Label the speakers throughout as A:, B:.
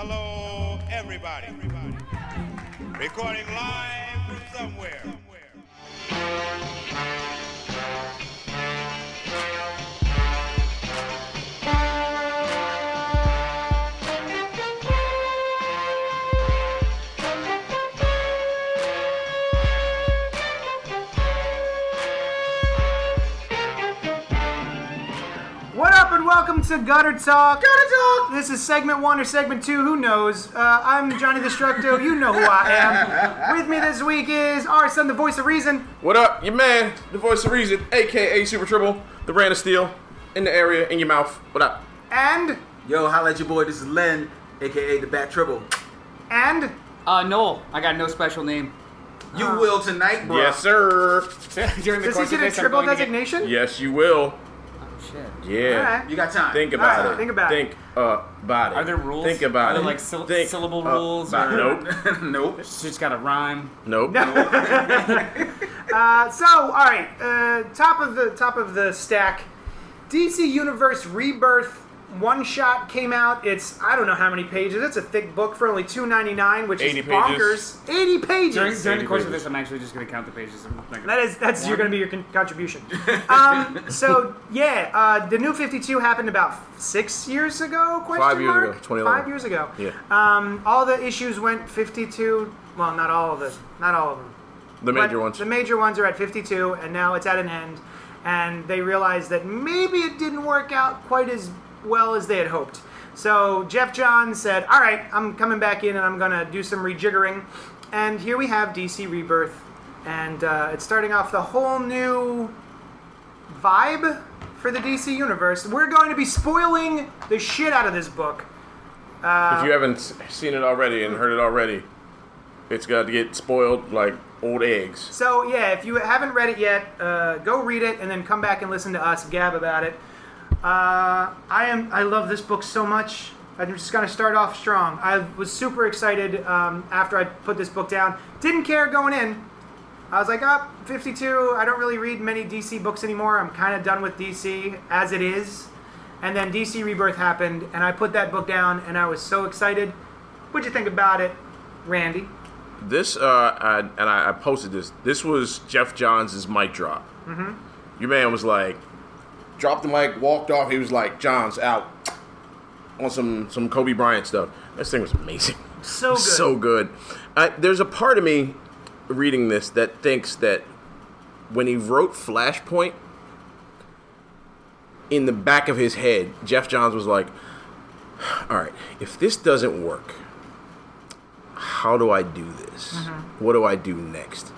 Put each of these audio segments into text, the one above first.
A: Hello, everybody. Recording live from somewhere.
B: What up and welcome to Gutter Talk. Gutter Talk. This is segment one or segment two, who knows? Uh, I'm Johnny Destructo. You know who I am. With me this week is our son, the voice of reason.
C: What up, your man, the voice of reason, aka Super Triple, the brand of steel, in the area, in your mouth. What up?
B: And
D: Yo, holla at your boy. This is Len, aka the Bat Triple.
B: and
E: Uh, Noel. I got no special name.
D: You
F: Uh-huh.
D: will tonight, bro.
C: Yes, sir.
E: During the
B: does he
E: course
B: get
E: of
B: a
E: this, I'm
B: triple
E: going to get-
B: designation?
C: Yes, you will.
E: Shit.
C: Yeah.
B: Alright.
D: You got time.
C: Think about
B: Alright,
C: it.
B: think about it.
C: Think about it.
E: Are there rules?
C: Think about
E: Are
C: it.
E: there, like, syl-
C: Think
E: syllable
C: about
E: rules
C: it.
E: or-
C: Nope.
F: Um,
D: nope.
E: It's just got a rhyme.
C: Nope.
B: Uh, so, all right. Uh, top of the top of the stack. DC Universe Rebirth one shot came out. It's I don't know how many pages. It's a thick book for only two ninety nine, which
C: 80
B: is
C: pages.
B: bonkers. Eighty pages.
E: During, during the course of
C: pages.
E: this, I'm actually just going to count the pages. I'm not gonna-
B: That is that's you're going to be your con- contribution. Um, so yeah, uh, the new 52 happened about six years ago. Question
C: Five years
B: mark?
C: ago, 2011.
B: Five years ago.
C: Yeah.
B: Um, all the issues went 52. Well, not all of the, not all of them.
C: The
B: But
C: major ones.
B: The major ones are at 52, and now it's at an end. And they realized that maybe it didn't work out quite as well as they had hoped. So Jeff Johns said, "All right, I'm coming back in, and I'm gonna do some rejiggering." And here we have DC Rebirth, and uh, it's starting off the whole new vibe for the DC universe. We're going to be spoiling the shit out of this book.
C: if you haven't s- seen it already and heard it already, it's got to get spoiled like old eggs.
B: So yeah, if you haven't read it yet, uh, go read it and then come back and listen to us gab about it. Uh, I am. I love this book so much. I'm just gonna start off strong. I was super excited um, after I put this book down. Didn't care going in. I was like, up 52. I don't really read many DC books anymore. I'm kind of done with DC as it is. And then DC Rebirth happened, and I put that book down, and I was so excited. What'd you think about it, Randy?
C: This, uh, I, and I, I posted this. This was Jeff Johns' mic drop. Mm-hmm. Your man was like, dropped the mic, walked off. He was like, Johns out on some some Kobe Bryant stuff. This thing was amazing.
B: So good.
C: So good. I, there's a part of me reading this that thinks that when he wrote Flashpoint, in the back of his head, Jeff Johns was like, all right, if this doesn't work, how do I do this?
B: Mm-hmm.
C: What do I do next?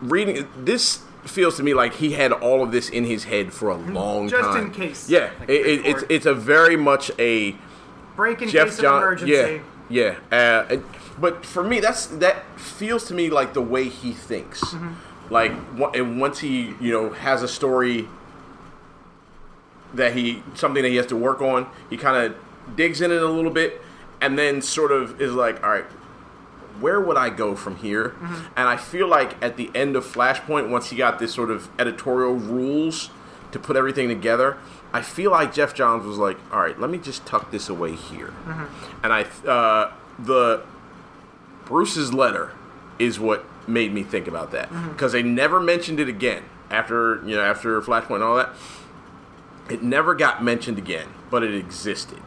C: Reading this feels to me like he had all of this in his head for a
B: Mm-hmm.
C: long
B: Just
C: time.
B: in case.
C: Yeah,
B: Like
C: it, it,
B: before.
C: it's it's a very much a
B: Break in
C: Jeff
B: case
C: John.
B: of emergency.
C: Yeah, yeah. Uh, it- but for me, that's that feels to me like the way he thinks.
B: Mm-hmm.
C: Like, wha- and once he you know has a story that he something that he has to work on, he kind of digs in it a little bit, and then sort of is like, all right. Where would I go from here? And I feel like at the end of Flashpoint, once he got this sort of editorial rules to put everything together, I feel like Jeff Johns was like, "All right, let me just tuck this away here." And I, uh, the Bruce's letter is what made me think about that because they never mentioned it again after you know after Flashpoint and all that. It never got mentioned again, but it existed.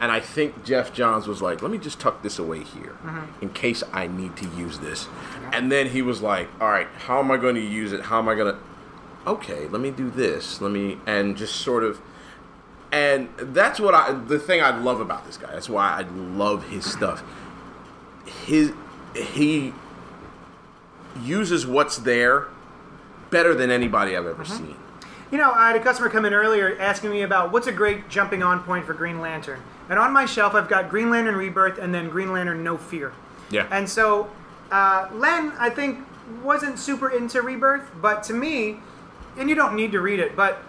C: And I think Jeff Johns was like, let me just tuck this away here in case I need to use this. And then he was like, all right, how am I going to use it? How am I going to. Okay, let me do this. Let me. And just sort of. And that's what I. The thing I love about this guy. That's why I love his stuff. His. He uses what's there better than anybody I've ever seen.
B: You know, I had a customer come in earlier asking me about what's a great jumping on point for Green Lantern. And on my shelf, I've got Green Lantern Rebirth and then Green Lantern No Fear.
C: Yeah.
B: And so, uh, Len, I think, wasn't super into Rebirth, but to me, and you don't need to read it, but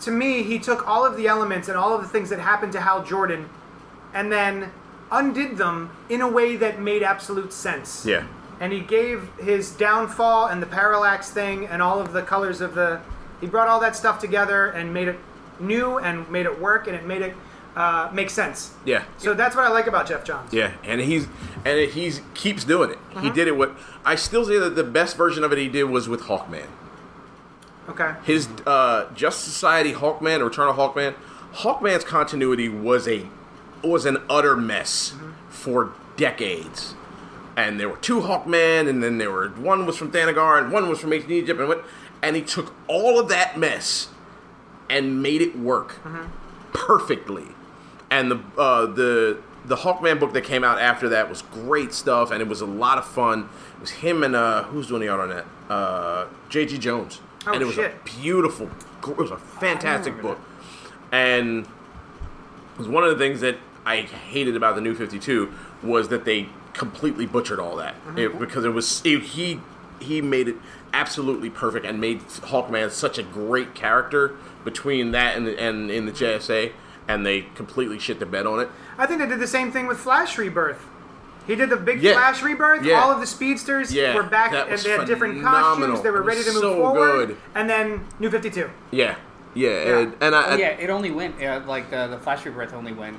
B: to me, he took all of the elements and all of the things that happened to Hal Jordan and then undid them in a way that made absolute sense
C: Yeah.
B: and he gave his downfall and the parallax thing and all of the colors of the he brought all that stuff together and made it new and made it work and it made it uh, make sense.
C: Yeah.
B: So that's what I like about Jeff Johns.
C: Yeah, and he's and he's keeps doing it. He did it with. I still say that the best version of it he did was with Hawkman.
B: Okay.
C: His uh, Just Society Hawkman, or Return of Hawkman. Hawkman's continuity was a was an utter mess for decades, and there were two Hawkman, and then there were one was from Thanagar, and one was from ancient Egypt, and what? And he took all of that mess and made it work perfectly. And the uh, the the Hawkman book that came out after that was great stuff, and it was a lot of fun. It was him and uh, who's doing the art on that? Uh, J.G. Jones,
B: Oh,
C: and it was
B: shit.
C: a beautiful, gr- it was a fantastic book, and it was one of the things that I hated about the New Fifty Two was that they completely butchered all that It- because it was it, he he made it absolutely perfect and made Hawkman such a great character between that and and in the JSA, and they completely shit the bed on it.
B: I think they did the same thing with Flash Rebirth. He did the big
C: Yeah.
B: Flash Rebirth.
C: Yeah.
B: All of the speedsters
C: Yeah,
B: were back,
C: that
B: and
C: was
B: they had different
C: phenomenal.
B: costumes. They were
C: It
B: ready
C: was
B: to move
C: so
B: forward.
C: good.
B: And then New Fifty Two.
C: Yeah, yeah, And, and I,
E: Well, yeah, it only went uh, like the the Flash Rebirth only went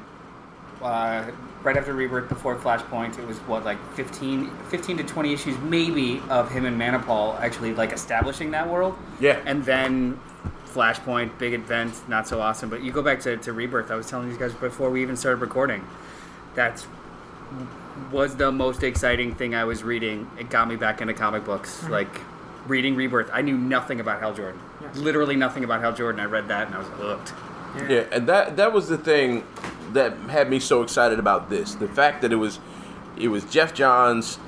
E: uh, right after Rebirth before Flashpoint. It was what like 15, 15 to twenty issues maybe of him and Manipal actually like establishing that world.
C: Yeah.
E: and then Flashpoint, big event, not so awesome. But you go back to, to Rebirth. I was telling these guys before we even started recording. That's was the most exciting thing I was reading. It got me back into comic books. Like reading Rebirth, I knew nothing about Hal Jordan. Literally nothing about Hal Jordan. I read that and I was hooked.
C: Yeah, and that that was the thing that had me so excited about this. The fact that it was it was Jeff Johns,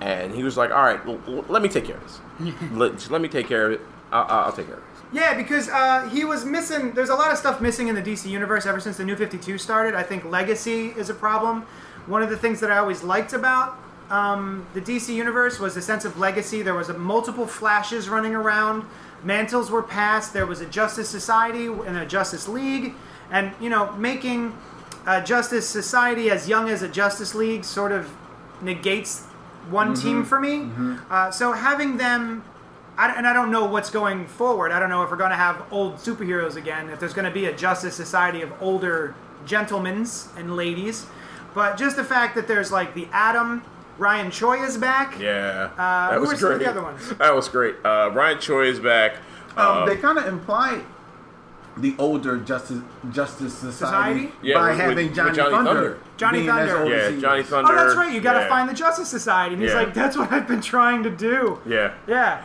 C: and he was like, "All right, l- l- let me take care of this. let, let me take care of it. I- I- I'll take care of this."
B: Yeah, because uh, he was missing. There's a lot of stuff missing in the DC universe ever since the New 52 started. I think legacy is a problem. One of the things that I always liked about um, the DC universe was the sense of legacy. There was a, multiple flashes running around. Mantles were passed. There was a Justice Society and a Justice League, and you know, making a Justice Society as young as a Justice League sort of negates one
C: Mm-hmm.
B: team for me. Uh, so having them I, and I don't know what's going forward. I don't know if we're going to have old superheroes again, if there's going to be a justice society of older gentlemen's and ladies. But just the fact that there's like the Atom, Ryan Choi is back.
C: Yeah,
B: Uh, who were some of the other ones?
C: That was great. Uh, Ryan Choi is back. Uh,
F: Um, they kind of imply the older Justice Justice Society,
B: Society?
C: Yeah,
F: by
C: with-
F: having
C: with
F: Johnny,
C: Johnny
F: Thunder.
C: Thunder.
B: Johnny
F: being as
B: Thunder.
F: old
C: yeah,
F: as he is.
C: Johnny Thunder.
B: Oh, that's right. You got to
C: yeah.
B: find the Justice Society. And he's
C: Yeah.
B: like, that's what I've been trying to do.
C: Yeah.
B: Yeah.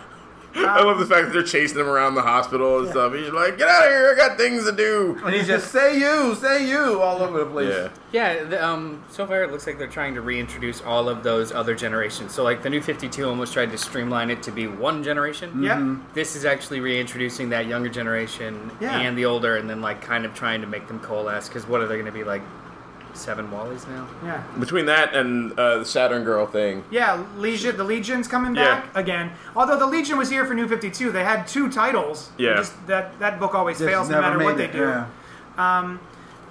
B: Um,
C: I love the fact that they're chasing him around the hospital and stuff. He's like, "Get out of here! I got things to do."
F: And he's just say you, say you, all over the place.
C: Yeah,
E: Yeah, the, um, so far it looks like they're trying to reintroduce all of those other generations. So, like, the new 52 almost tried to streamline it to be one generation.
B: Yep.
E: This is actually reintroducing that younger generation
B: Yeah.
E: and the older, and then, like, kind of trying to make them coalesce. Because what are they going to be, like, seven Wallies now?
B: Yeah.
C: between that and uh, the Saturn girl thing,
B: Yeah, Legion. The Legion's coming
C: Yeah.
B: back again. Although the Legion was here for New Fifty Two, they had two titles. They
C: Yeah.
B: just- that that book always
F: Just
B: fails no
F: never
B: matter what
F: made
B: they
F: it,
B: do.
F: yeah.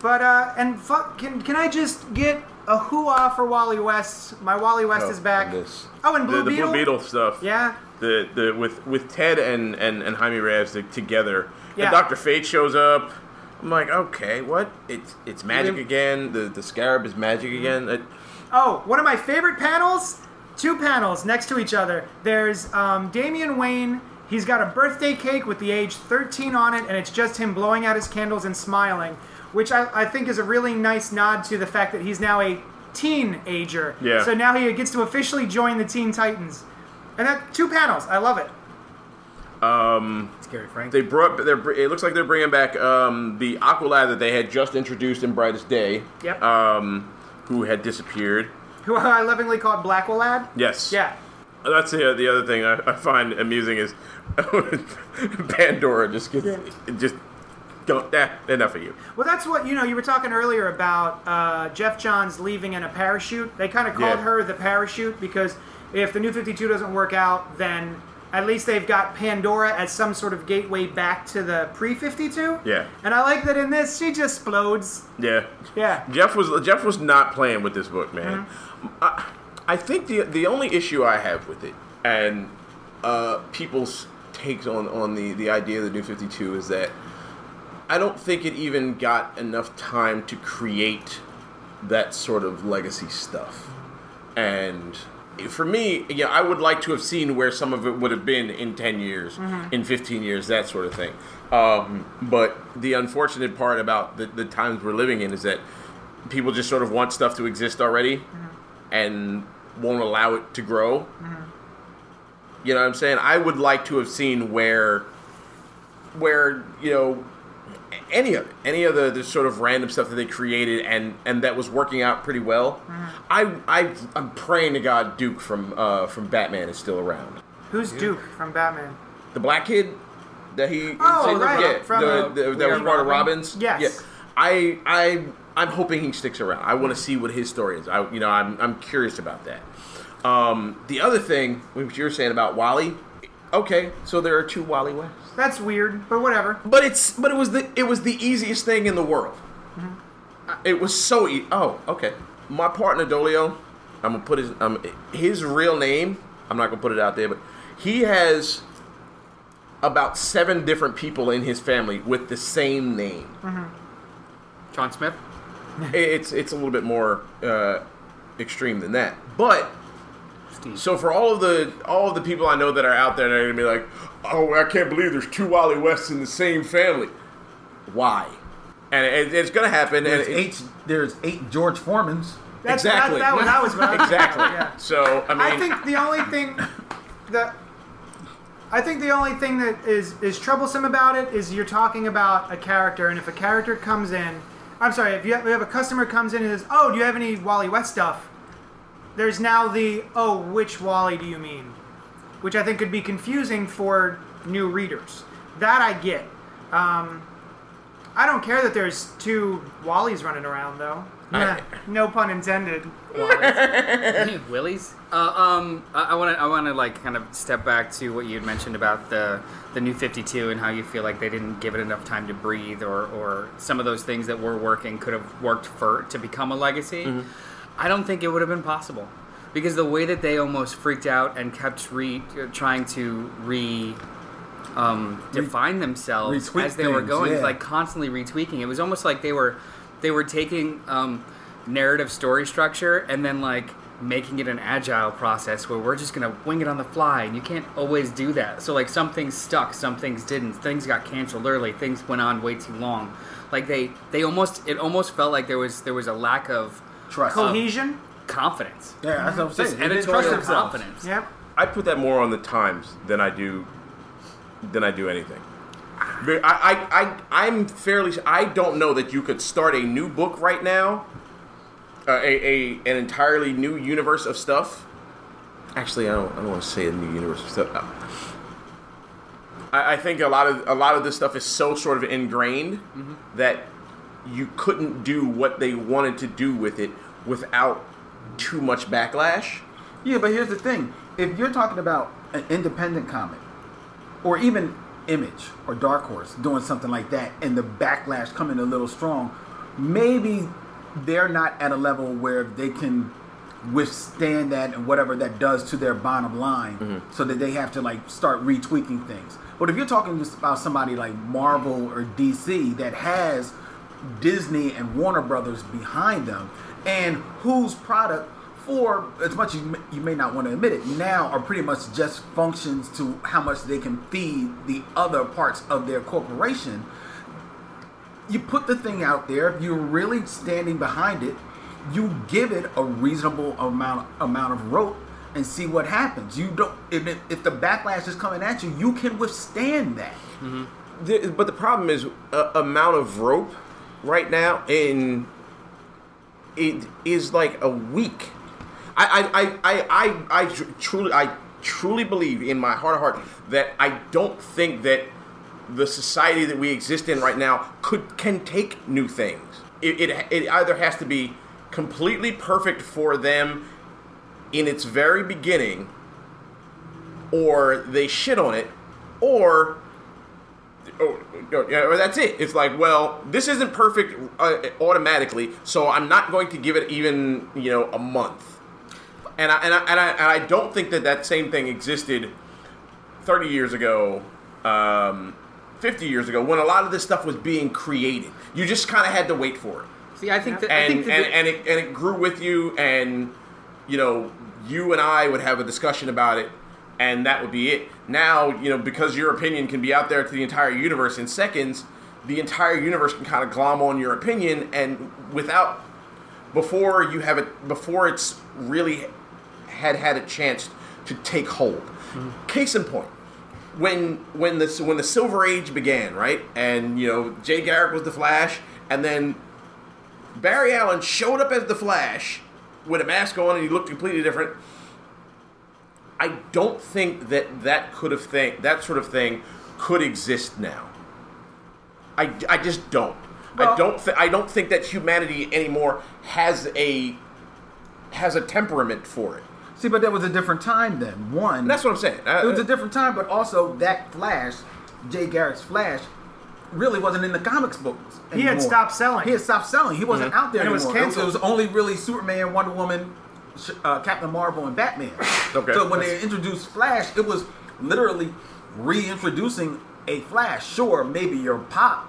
B: But uh, and fuck, can can I just get a hoo-ah for Wally West? My Wally West
C: Oh,
B: is back.
C: and this.
B: Oh, and
C: the,
B: Blue
C: the
B: Beetle.
C: Blue Beetle stuff.
B: Yeah,
C: the the with with Ted and and and Jaime Reyes to- together.
B: Yeah.
C: And Doctor Fate shows up. I'm like, okay, what? It's it's magic again. The the scarab is magic again. It,
B: Oh, one of my favorite panels. Two panels next to each other. There's um, Damian Wayne. He's got a birthday cake with the age 13 on it, and it's just him blowing out his candles and smiling, which I, I think is a really nice nod to the fact that he's now a teenager.
C: Yeah.
B: So now he gets to officially join the Teen Titans. And that two panels. I love it.
E: It's Gary Frank.
C: they brought. They're, br- it looks like they're bringing back um, the Aqualad that they had just introduced in Brightest Day.
B: Yep.
C: Um, who had disappeared?
B: Who I lovingly called Blackwell Lad.
C: Yes.
B: Yeah.
C: That's the, the other thing I, I find amusing is Pandora just gets just don't that enough of you.
B: Well, that's what you know. You were talking earlier about uh, Jeff Johns leaving in a parachute. They kind of called
C: Yeah.
B: her the parachute because if the New Fifty Two doesn't work out, then at least they've got Pandora as some sort of gateway back to the pre Fifty Two.
C: Yeah.
B: And I like that in this, she just explodes.
C: Yeah.
B: Yeah.
C: Jeff was Jeff was not playing with this book, man. I, I think the the only issue I have with it and uh, people's takes on on the the idea of the New Fifty Two is that I don't think it even got enough time to create that sort of legacy stuff. And for me, yeah, I would like to have seen where some of it would have been in 10 years, in 15 years, that sort of thing. Um, but the unfortunate part about the, the times we're living in is that people just sort of want stuff to exist already and won't allow it to grow. You know what I'm saying? I would like to have seen where where you know any of it, any of the, the sort of random stuff that they created and and that was working out pretty well. I I I'm praying to God Duke from uh from Batman is still around.
B: Who's Duke from Batman?
C: The black kid that he
B: Oh, right,
C: yeah,
B: from,
C: the,
B: uh,
C: the-
E: We
C: that was
E: Are
C: part of
E: Robin?
C: Robin's.
B: Yes.
C: Yeah. I I I'm hoping he sticks around. I want to see what his story is. I you know I'm I'm curious about that. Um, the other thing, what you were saying about Wally, okay, so there are two Wally Wests.
B: That's weird, but whatever.
C: But it's but it was the it was the easiest thing in the world. It was so easy. Oh, okay. My partner Dolio, I'm gonna put his um his real name. I'm not gonna put it out there, but he has about seven different people in his family with the same name.
E: John Smith.
C: It- It's it's a little bit more uh, extreme than that, but.
E: Steve.
C: So for all of the all of the people I know that are out there, they're gonna be like, "Oh, I can't believe there's two Wally Wests in the same family." Why? And it, it's gonna happen.
F: There's
C: and it-
F: eight. There's eight George Foremans.
B: That's,
C: Exactly.
B: That, that was, that was what I was
C: exactly.
B: Yeah.
C: So I mean,
B: I think the only thing that I think the only thing that is is troublesome about it is you're talking about a character, and if a character comes in, I'm sorry, if you have, if a customer comes in and says, "Oh, do you have any Wally West stuff?" There's now the "Oh, which Wally do you mean?" which I think could be confusing for new readers. That I get. Um, I don't care that there's two Wallys running around though.
C: I-
B: no pun intended.
E: Willies. Uh, um, I want to. I want to like kind of step back to what you had mentioned about the the new Fifty Two and how you feel like they didn't give it enough time to breathe, or or some of those things that were working could have worked for to become a legacy. I don't think it would have been possible because the way that they almost freaked out and kept re uh, trying to re. Um, define themselves
F: retweak
E: as they were
F: things,
E: going,
F: yeah.
E: like constantly retweaking. It was almost like they were they were taking um, narrative story structure and then like making it an agile process where we're just gonna wing it on the fly and you can't always do that. So like some things stuck, some things didn't. Things got canceled early. Things went on way too long. Like they they almost it almost felt like there was there was a lack of
F: Trust.
B: Cohesion.
E: confidence.
F: yeah, that's what I'm saying.
E: Just
F: They didn't trust
E: editorial
F: themselves.
E: confidence.
B: Yep.
C: I put that more on the times than I do than I do anything. But I, I, I, I'm fairly. I don't know that you could start a new book right now, uh, a, a an entirely new universe of stuff. Actually, I don't. I don't want to say a new universe of stuff. I, I think a lot of a lot of this stuff is so sort of ingrained that you couldn't do what they wanted to do with it without too much backlash.
F: Yeah, but here's the thing: if you're talking about an independent comic, or even Image or Dark Horse doing something like that, and the backlash coming a little strong, maybe they're not at a level where they can withstand that and whatever that does to their bottom line, so that they have to like start retweaking things. But if you're talking just about somebody like Marvel or DC that has Disney and Warner Brothers behind them, and whose product, for as much as you may- you may not want to admit it, now are pretty much just functions to how much they can feed the other parts of their corporation. You put the thing out there. If you're really standing behind it, you give it a reasonable amount amount of rope and see what happens. You don't if, it- if the backlash is coming at you, you can withstand that.
C: The, but the problem is uh, amount of rope right now in it is like a week. I I, I, I, I, I tr- truly I truly believe in my heart of heart that I don't think that the society that we exist in right now could can take new things. It, it, it either has to be completely perfect for them in its very beginning, or they shit on it, or oh, oh, yeah, or that's it. It's like, well, this isn't perfect uh, automatically, so I'm not going to give it even you know a month. And I and I and I, and I don't think that that same thing existed 30 years ago um, 50 years ago when a lot of this stuff was being created. You just kind of had to wait for it.
E: See, I think that I
C: And
E: think
C: and,
E: that
C: and it and it grew with you and you know, you and I would have a discussion about it and that would be it. Now, you know, because your opinion can be out there to the entire universe in seconds, the entire universe can kind of glom on your opinion and without before you have it before it's really had had a chance to take hold.
E: Mm-hmm.
C: Case in point, when when this when the Silver Age began, right, and you know Jay Garrick was the Flash, and then Barry Allen showed up as the Flash with a mask on and he looked completely different. I don't think that that could have thing that sort of thing could exist now. I, I just don't. I
B: Well-
C: don't th- I don't think that humanity anymore has a has a temperament for it.
F: See, but that was a different time then. One,
C: And that's what I'm saying. I-
B: Uh,
F: it was a different time, but also that Flash, Jay Garrick's Flash, really wasn't in the comics books.
B: He had
F: anymore.
B: stopped selling. Mm-hmm.
F: He had stopped selling. He wasn't out there
B: And it was
F: anymore.
B: canceled.
F: It was only really Superman, Wonder Woman, Sh- uh, Captain Marvel, and Batman.
C: Okay.
F: So when they introduced Flash, it was literally reintroducing a Flash. Sure, maybe your pop.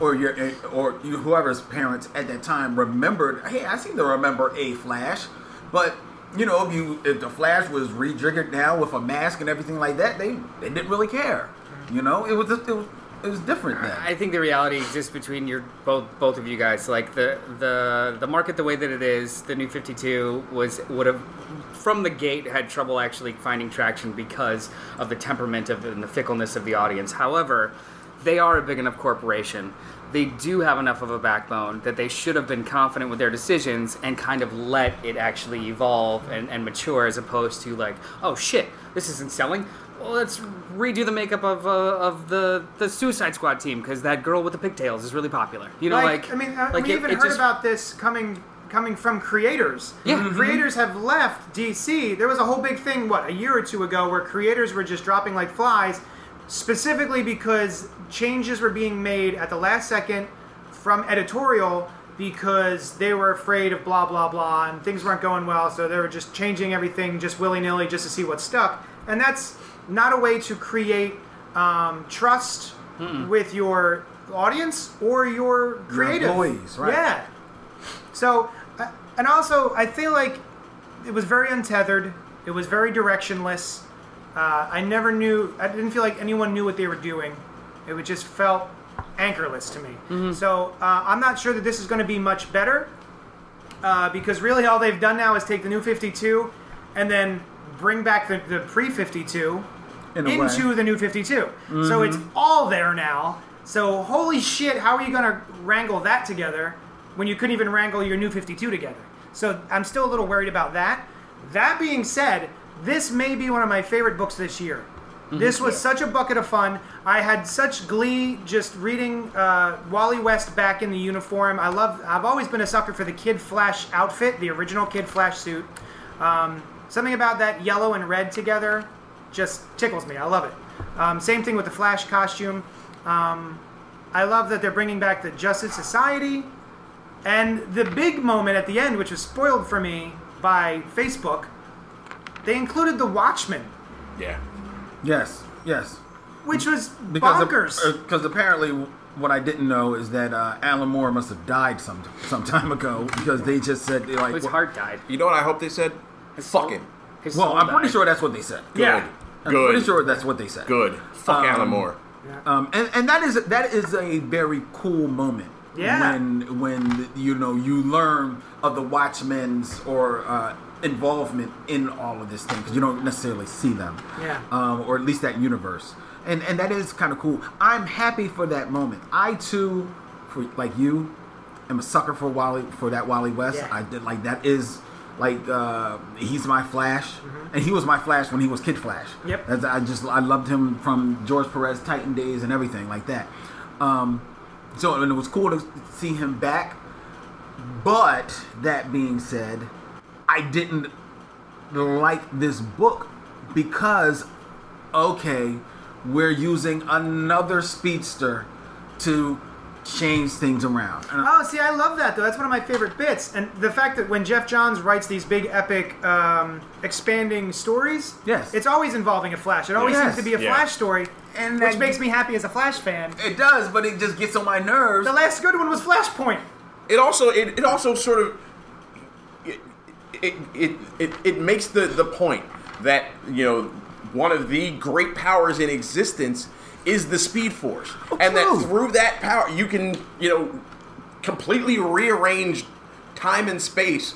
F: Or your or you, whoever's parents at that time remembered. Hey, I seem to remember a Flash, but you know if you if the Flash was rejiggered now with a mask and everything like that, they they didn't really care. You know, it was it was, it was different then.
E: I think the reality exists between your both both of you guys. Like the the the market the way that it is, the new 52 was would have from the gate had trouble actually finding traction because of the temperament of and the fickleness of the audience. However, they are a big enough corporation. They do have enough of a backbone that they should have been confident with their decisions and kind of let it actually evolve and, and mature as opposed to like, oh shit, this isn't selling. Well, let's redo the makeup of uh, of the the Suicide Squad team because that girl with the pigtails is really popular. You know, like,
B: I mean, uh,
E: like
B: we
E: it-
B: even
E: it
B: heard
E: just-
B: about this coming coming from creators.
E: Yeah. Mhm.
B: creators have left DC. There was a whole big thing what a year or two ago where creators were just dropping like flies, specifically because changes were being made at the last second from editorial because they were afraid of blah blah blah and things weren't going well, so they were just changing everything just willy nilly just to see what stuck. And that's not a way to create um, trust with your audience or your creative
F: employees, right.
B: Yeah. So, uh, and also, I feel like it was very untethered. It was very directionless. Uh, I never knew. I didn't feel like anyone knew what they were doing. It would just felt anchorless to me. So uh, I'm not sure that this is going to be much better uh, because really all they've done now is take the new 52 and then bring back the, the pre 52
F: In a way. Mm-hmm.
B: into the new 52. So it's all there now. So holy shit, how are you going to wrangle that together when you couldn't even wrangle your new 52 together? So I'm still a little worried about that. That being said, this may be one of my favorite books this year.
F: Mm-hmm.
B: This was such a bucket of fun. I had such glee just reading uh, Wally West back in the uniform. I love. I've always been a sucker for the Kid Flash outfit, the original Kid Flash suit. Um, something about that yellow and red together just tickles me. I love it. Um, same thing with the Flash costume. Um, I love that they're bringing back the Justice Society. And the big moment at the end, which was spoiled for me by Facebook, they included the Watchmen,
C: yeah.
F: yes, yes.
B: which was
F: Because
B: bonkers.
F: Because apparently, what I didn't know is that uh, Alan Moore must have died some some time ago because they just said they like.
E: his heart died.
C: You know what I hope they said? Fuck him.
E: His
F: Well,
E: soul
F: I'm pretty
E: died.
F: sure that's what they said.
C: Good.
B: Yeah.
F: I'm
C: Good.
F: pretty sure that's what they said.
C: Good. Fuck Alan
F: Um,
C: Moore.
F: Um, and and that is that is a very cool moment.
B: Yeah.
F: When when you know you learn of the Watchmen's or uh, involvement in all of this thing because you don't necessarily see them.
B: Yeah.
F: Um, or at least that universe, and and that is kind of cool. I'm happy for that moment. I too, for like you, am a sucker for Wally for that Wally West.
B: Yeah.
F: I did like that is. Like uh, he's my Flash, and he was my Flash when he was Kid Flash.
B: Mm-hmm. Yep.
F: That's, I just I loved him from George Perez Titan days and everything like that. Um, so and it was cool to see him back. But that being said, I didn't like this book because okay, we're using another speedster to change things around. And I-
B: Oh, see, I love that though. That's one of my favorite bits, and the fact that when Jeff Johns writes these big, epic, um, expanding stories,
F: Yes.
B: it's always involving a Flash. It always
F: Yes.
B: seems to be a
C: Yeah.
B: Flash story,
D: and
B: which
D: that-
B: makes me happy as a Flash fan.
D: it does, but it just gets on my nerves.
B: The last good one was Flashpoint.
C: it also it, it also sort of it it, it it it makes the the point that you know one of the great powers in existence is the speed force and
F: Oh, true.
C: that through that power you can you know completely rearrange time and space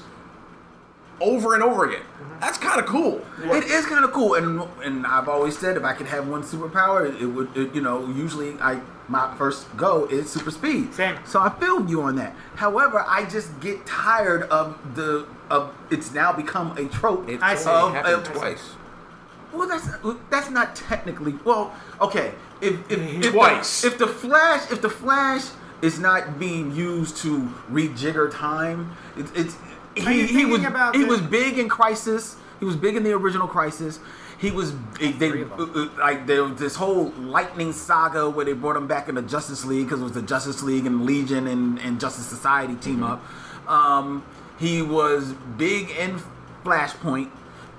C: over and over again that's kind of cool
D: Right.
F: It is kind of cool, and and I've always said if I could have one superpower, it would it, you know usually I my first go is super speed.
B: Same.
F: So I feel you on that. However, I just get tired of the of it's now become a trope.
B: I see.
F: Of,
B: It
F: of,
B: happens
C: twice
F: well, that's that's not technically well. Okay, if if, if
C: Twice.
F: the, if the Flash if the Flash is not being used to rejigger time, it's it's
B: Are you
F: he, he was
B: thinking about
F: he
B: the-
F: was big in Crisis. He was big in the original Crisis. He was they, they
E: Three of them.
F: uh, uh, like there was this whole lightning saga where they brought him back in the Justice League because it was the Justice League and Legion and, and Justice Society team
E: Mm-hmm.
F: up. Um, he was big in Flashpoint,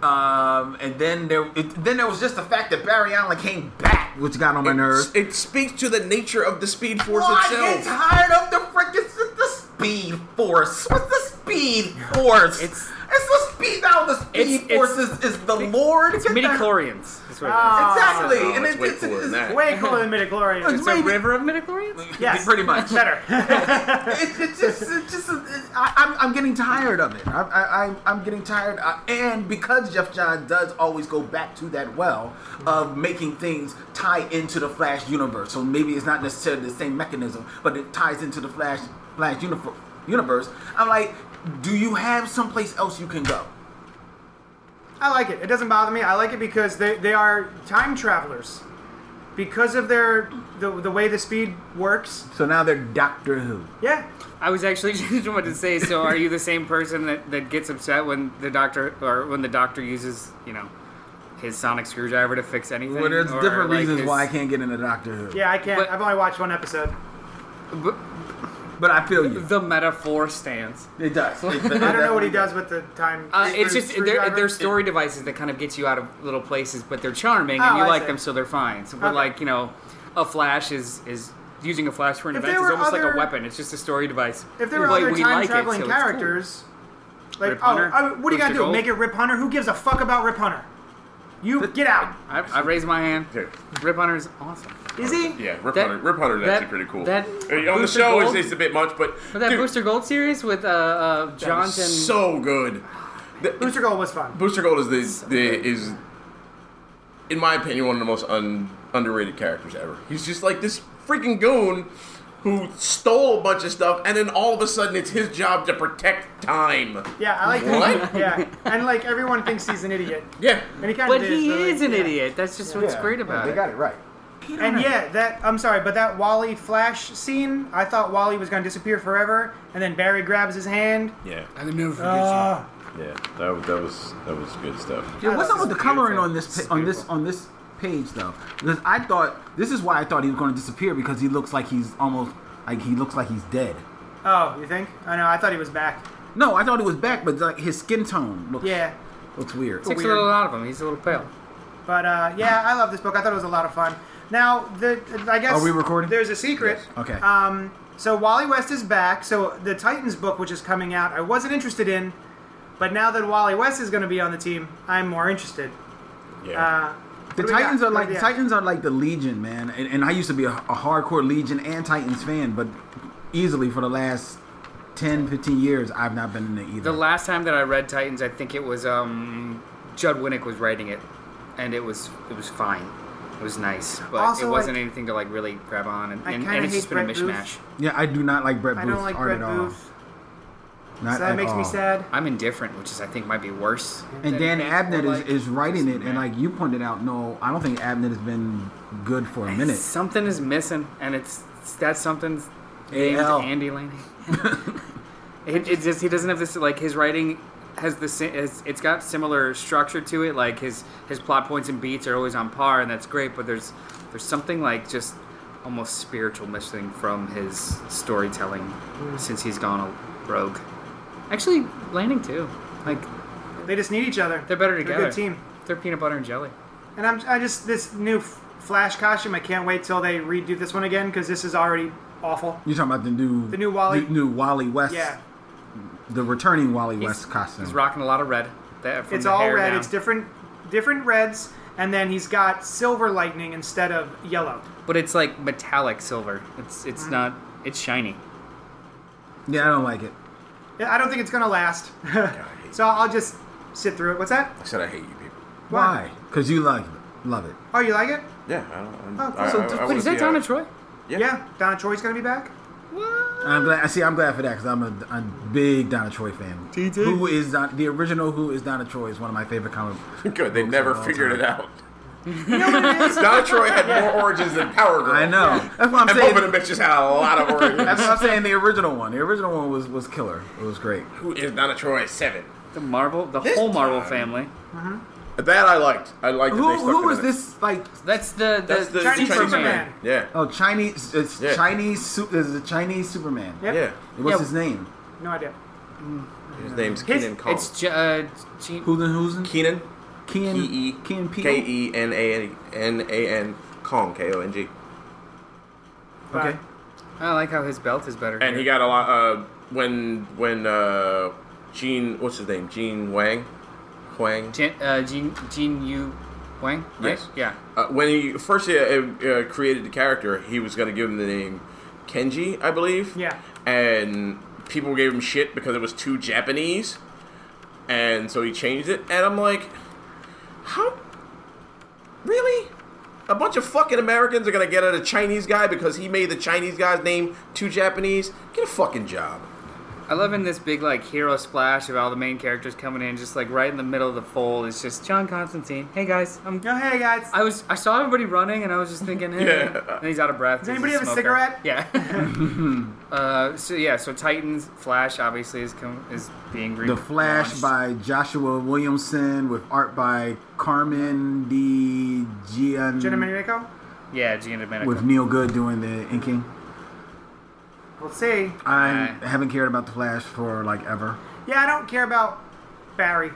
F: um, and then there it, then there was just the fact that Barry Allen came back, which got on my nerves.
C: it, it speaks to the nature of the speed force
F: Well, I get
C: itself
F: tired of the freaking s- the speed force. What's the speed force?
E: It's-
F: it's the speed now. The speed
E: It's- it's-
F: force is, is the Lord.
E: It's
F: Get
E: midi
F: the-
E: chlorians. That's what it is.
B: Ah.
F: Exactly,
C: No,
F: and
C: Oh, it's
F: it-
C: way
F: it's,
C: cooler
F: it's,
C: than that.
B: Way cooler than midichlorians.
E: It's a
F: maybe-
E: river of midichlorians?
B: Yes.
F: pretty much.
B: Better.
F: it's, it's just, it's just it's, I, I'm, I'm getting tired of it. I, I, I'm, I'm getting tired, uh, and because Jeff John does always go back to that well of making things tie into the Flash universe. So maybe it's not necessarily the same mechanism, but it ties into the Flash Flash universe. Universe. I'm like, do you have someplace else you can go?
B: I like it. It doesn't bother me. I like it because they, they are time travelers. Because of their the, the way the speed works.
F: So now they're Doctor Who.
B: Yeah.
E: I was actually just about to say. So, are you the same person that, that gets upset when the doctor or when the doctor uses, you know, his sonic screwdriver to fix anything?
F: Well, there's
E: Or,
F: different
E: like,
F: reasons
E: his-
F: why I can't get into Doctor Who.
B: Yeah, I can't.
E: But-
B: I've only watched one episode.
E: B-
F: but I feel you.
E: the metaphor stands.
F: It does. I
B: I don't know what he does with the time.
E: Uh,
B: with
E: it's
B: the
E: just they're,
B: screwdriver.
E: they're story devices that kind of get you out of little places, but they're charming
B: Oh,
E: and you
B: I
E: like
B: see.
E: them, so they're fine. So, but
B: Okay.
E: like you know, a flash is is using a flash for an
B: If
E: event
B: there
E: is
B: were
E: almost like
B: other-
E: a weapon. It's just a story device.
B: If there were
E: But
B: other
E: we
B: time
E: like it,
B: traveling
E: so it's cool.
B: characters, like,
E: Rip
B: oh,
E: Hunter?
B: I- what are you gonna
E: Booster
B: do?
E: Gold?
B: Make it Rip Hunter? Who gives a fuck about Rip Hunter? You get out.
E: I, I raise my hand.
C: Dude.
E: Rip Hunter is awesome.
B: Is he?
C: yeah rip
E: That-
C: hunter rip hunter is
E: that-
C: actually pretty cool Uh,
E: that
C: on the
E: Booster
C: show it's,
E: Gold-
C: it's a bit much but,
E: But that
C: dude,
E: Booster Gold series with uh, uh, Johnson.
C: so good. The-
B: Booster Gold was fun.
C: Booster Gold is the, the is, in my opinion, one of the most un, underrated characters ever. He's just like this freaking goon who stole a bunch of stuff, and then all of a sudden it's his job to protect time.
B: Yeah, I like
C: What?
B: that. Yeah, and like everyone thinks he's an idiot,
C: Yeah,
B: and he kind of
E: but he is an idiot. That's just what's
F: Yeah,
E: great
F: yeah,
E: about
F: They got it right.
B: And yeah, that I'm sorry, but that Wally Flash scene, I thought Wally was gonna disappear forever, and then Barry grabs his hand.
C: yeah,
E: it. I can never forget
B: Ah.
C: yeah. That, that was that was good stuff.
F: Yeah, what's
B: this
F: up with the
E: is
F: coloring
E: beautiful.
F: on this
E: This is
F: pa- on this
E: beautiful.
F: on this page though? Because I thought this is why I thought he was going to disappear because he looks like he's almost like he looks like he's dead.
B: Oh, you think? I know. I thought he was back.
F: No, I thought he was back, but like his skin tone looks
B: Yeah,
F: looks weird.
E: Takes a
B: Weird.
E: little out of him. He's a little pale.
B: but uh, yeah, I love this book. I thought it was a lot of fun. Now, the I guess
F: Are we recording?
B: There's a secret.
F: Okay.
B: Um, so Wally West is back. So the Titans book, which is coming out, I wasn't interested in, but now that Wally West is going to be on the team, I'm more interested.
C: Yeah,
B: Uh,
F: the
B: what do we
F: Titans
B: got?
F: are
B: What
F: like the
B: do we got?
F: Titans are like the Legion, man. And, and I used to be a, a hardcore Legion and Titans fan, but easily for the last 10, 15 years, I've not been in it either.
E: The last time that I read Titans, I think it was um, Judd Winnick was writing it, and it was it was fine. It was nice, but
B: Also,
E: it wasn't
B: like-
E: anything to like really grab on. And,
B: I
E: and,
B: kinda
E: and it's just
B: hate
E: been a
B: Brett Booth.
E: mishmash.
F: yeah, I do not like Brett
B: I
F: Booth's
B: don't like
F: art
B: Brett
F: at all.
B: Booth,
F: Not
B: so that
F: at
B: makes
F: all.
B: me sad.
E: I'm indifferent, which is I think might be worse.
F: And
E: than
F: Dan
E: it or,
F: Abnett
E: like,
F: is, is writing it,
E: man.
F: and like you pointed out, no, I don't think Abnett has been good for a minute.
E: Something is missing, and it's that something's named
F: AL.
E: Andy Laney. it, it's just he doesn't have this like his writing has the same. It's, it's got similar structure to it. Like his his plot points and beats are always on par, and that's great. But there's there's something like just almost spiritual missing from his storytelling since he's gone a rogue. Actually, Lanning too. Like
B: They just need each other.
E: they're better together.
B: a good team.
E: They're peanut butter and jelly.
B: And I'm I just this new f- Flash costume. I can't wait till they redo this one again because this is already awful.
F: You're talking about the new
B: The new Wally-
F: new, new Wally West,
B: Yeah,
F: the returning Wally
E: He's-
F: West costume.
E: He's rocking a lot of red. That- from
B: it's
E: the
B: all
E: hair
B: red.
E: down.
B: It's different, different reds, and then he's got silver lightning instead of yellow.
E: But it's like metallic silver. It's it's not. It's shiny.
F: Yeah, I don't like it.
B: I don't think it's gonna last. so I'll just sit through it. What's that?
C: I said I hate you people.
B: Why?
F: Why? Because you like love it.
B: Oh, you like it?
C: Yeah, I don't.
B: Oh,
C: I'm,
B: cool.
C: I,
B: So
C: I- I
B: d-
C: wouldn't be a-
E: Troy?
C: Yeah.
B: Donna Troy's gonna be back.
F: I'm glad. I see. I'm glad for that because I'm a, a big Donna Troy fan.
E: TT?
F: Who is Don, the original? Who is Donna Troy? Is one of my favorite comic.
C: Good, they
F: books
C: never
F: of all
C: figured
F: time.
C: it out.
B: You know what it is?
C: Donna Troy had more origins than Power Girl.
F: I know. That's what I'm
C: and
F: saying.
C: both of them bitches had a lot of origins.
F: That's what I'm saying. The original one. The original one was was killer. It was great.
C: Who is Donna Troy? Seven.
E: The Marvel, the
C: This
E: whole Marvel
C: time.
E: family.
C: That I liked. I liked. that
F: Who
C: they stuck
F: who
C: to
F: is
C: that.
F: this like?
E: That's the
C: That's the
B: Chinese
C: Chinese
B: Superman.
C: man. Yeah.
F: Oh, Chinese. It's
C: Yeah.
F: Chinese. Su- There's a Chinese Superman.
B: Yep.
C: Yeah.
F: What's
E: Yeah.
F: his name?
B: No idea.
C: His name's
B: His-
C: Keenan Kong.
E: It's J- uh, Gene-
F: Hoosen Hoosen.
C: Keenan.
F: Keen.
C: K E
F: Keen Peele?
C: K E N A N A N Kong K O N G.
B: But
F: Okay.
E: I like how his belt is better.
C: And he got a lot. Uh, when when uh, Gene, what's his name? Gene Wang, Huang.
E: Jin, uh, Jin, Jin Yu Wang. Right?
C: Yes.
E: Yeah.
C: Uh, when he first uh, uh, created the character, he was going to give him the name Kenji, I believe.
B: Yeah.
C: And people gave him shit because it was too Japanese, and so he changed it. And I'm like, how? Really? A bunch of fucking Americans are going to get at a Chinese guy because he made the Chinese guy's name too Japanese? Get a fucking job.
E: I love in this big like hero splash of all the main characters coming in, just like right in the middle of the fold. It's just John Constantine. Hey guys, I'm.
B: No, hey guys.
E: I was I saw everybody running and I was just thinking, hey.
C: Yeah.
E: And he's out of breath.
B: Does
E: He's
B: anybody have a
E: smoker.
B: cigarette?
E: Yeah. uh, so yeah, so Titans, Flash obviously is com- is being re-
F: The Flash
E: launched.
F: by Joshua Williamson with art by Carmen Di Gian
B: Jenna Manrico.
E: yeah Gina Domenico.
F: with Neil Good doing the inking.
B: We'll see.
F: I
E: Right.
F: haven't cared about the Flash for like ever.
B: Yeah, I don't care about Barry.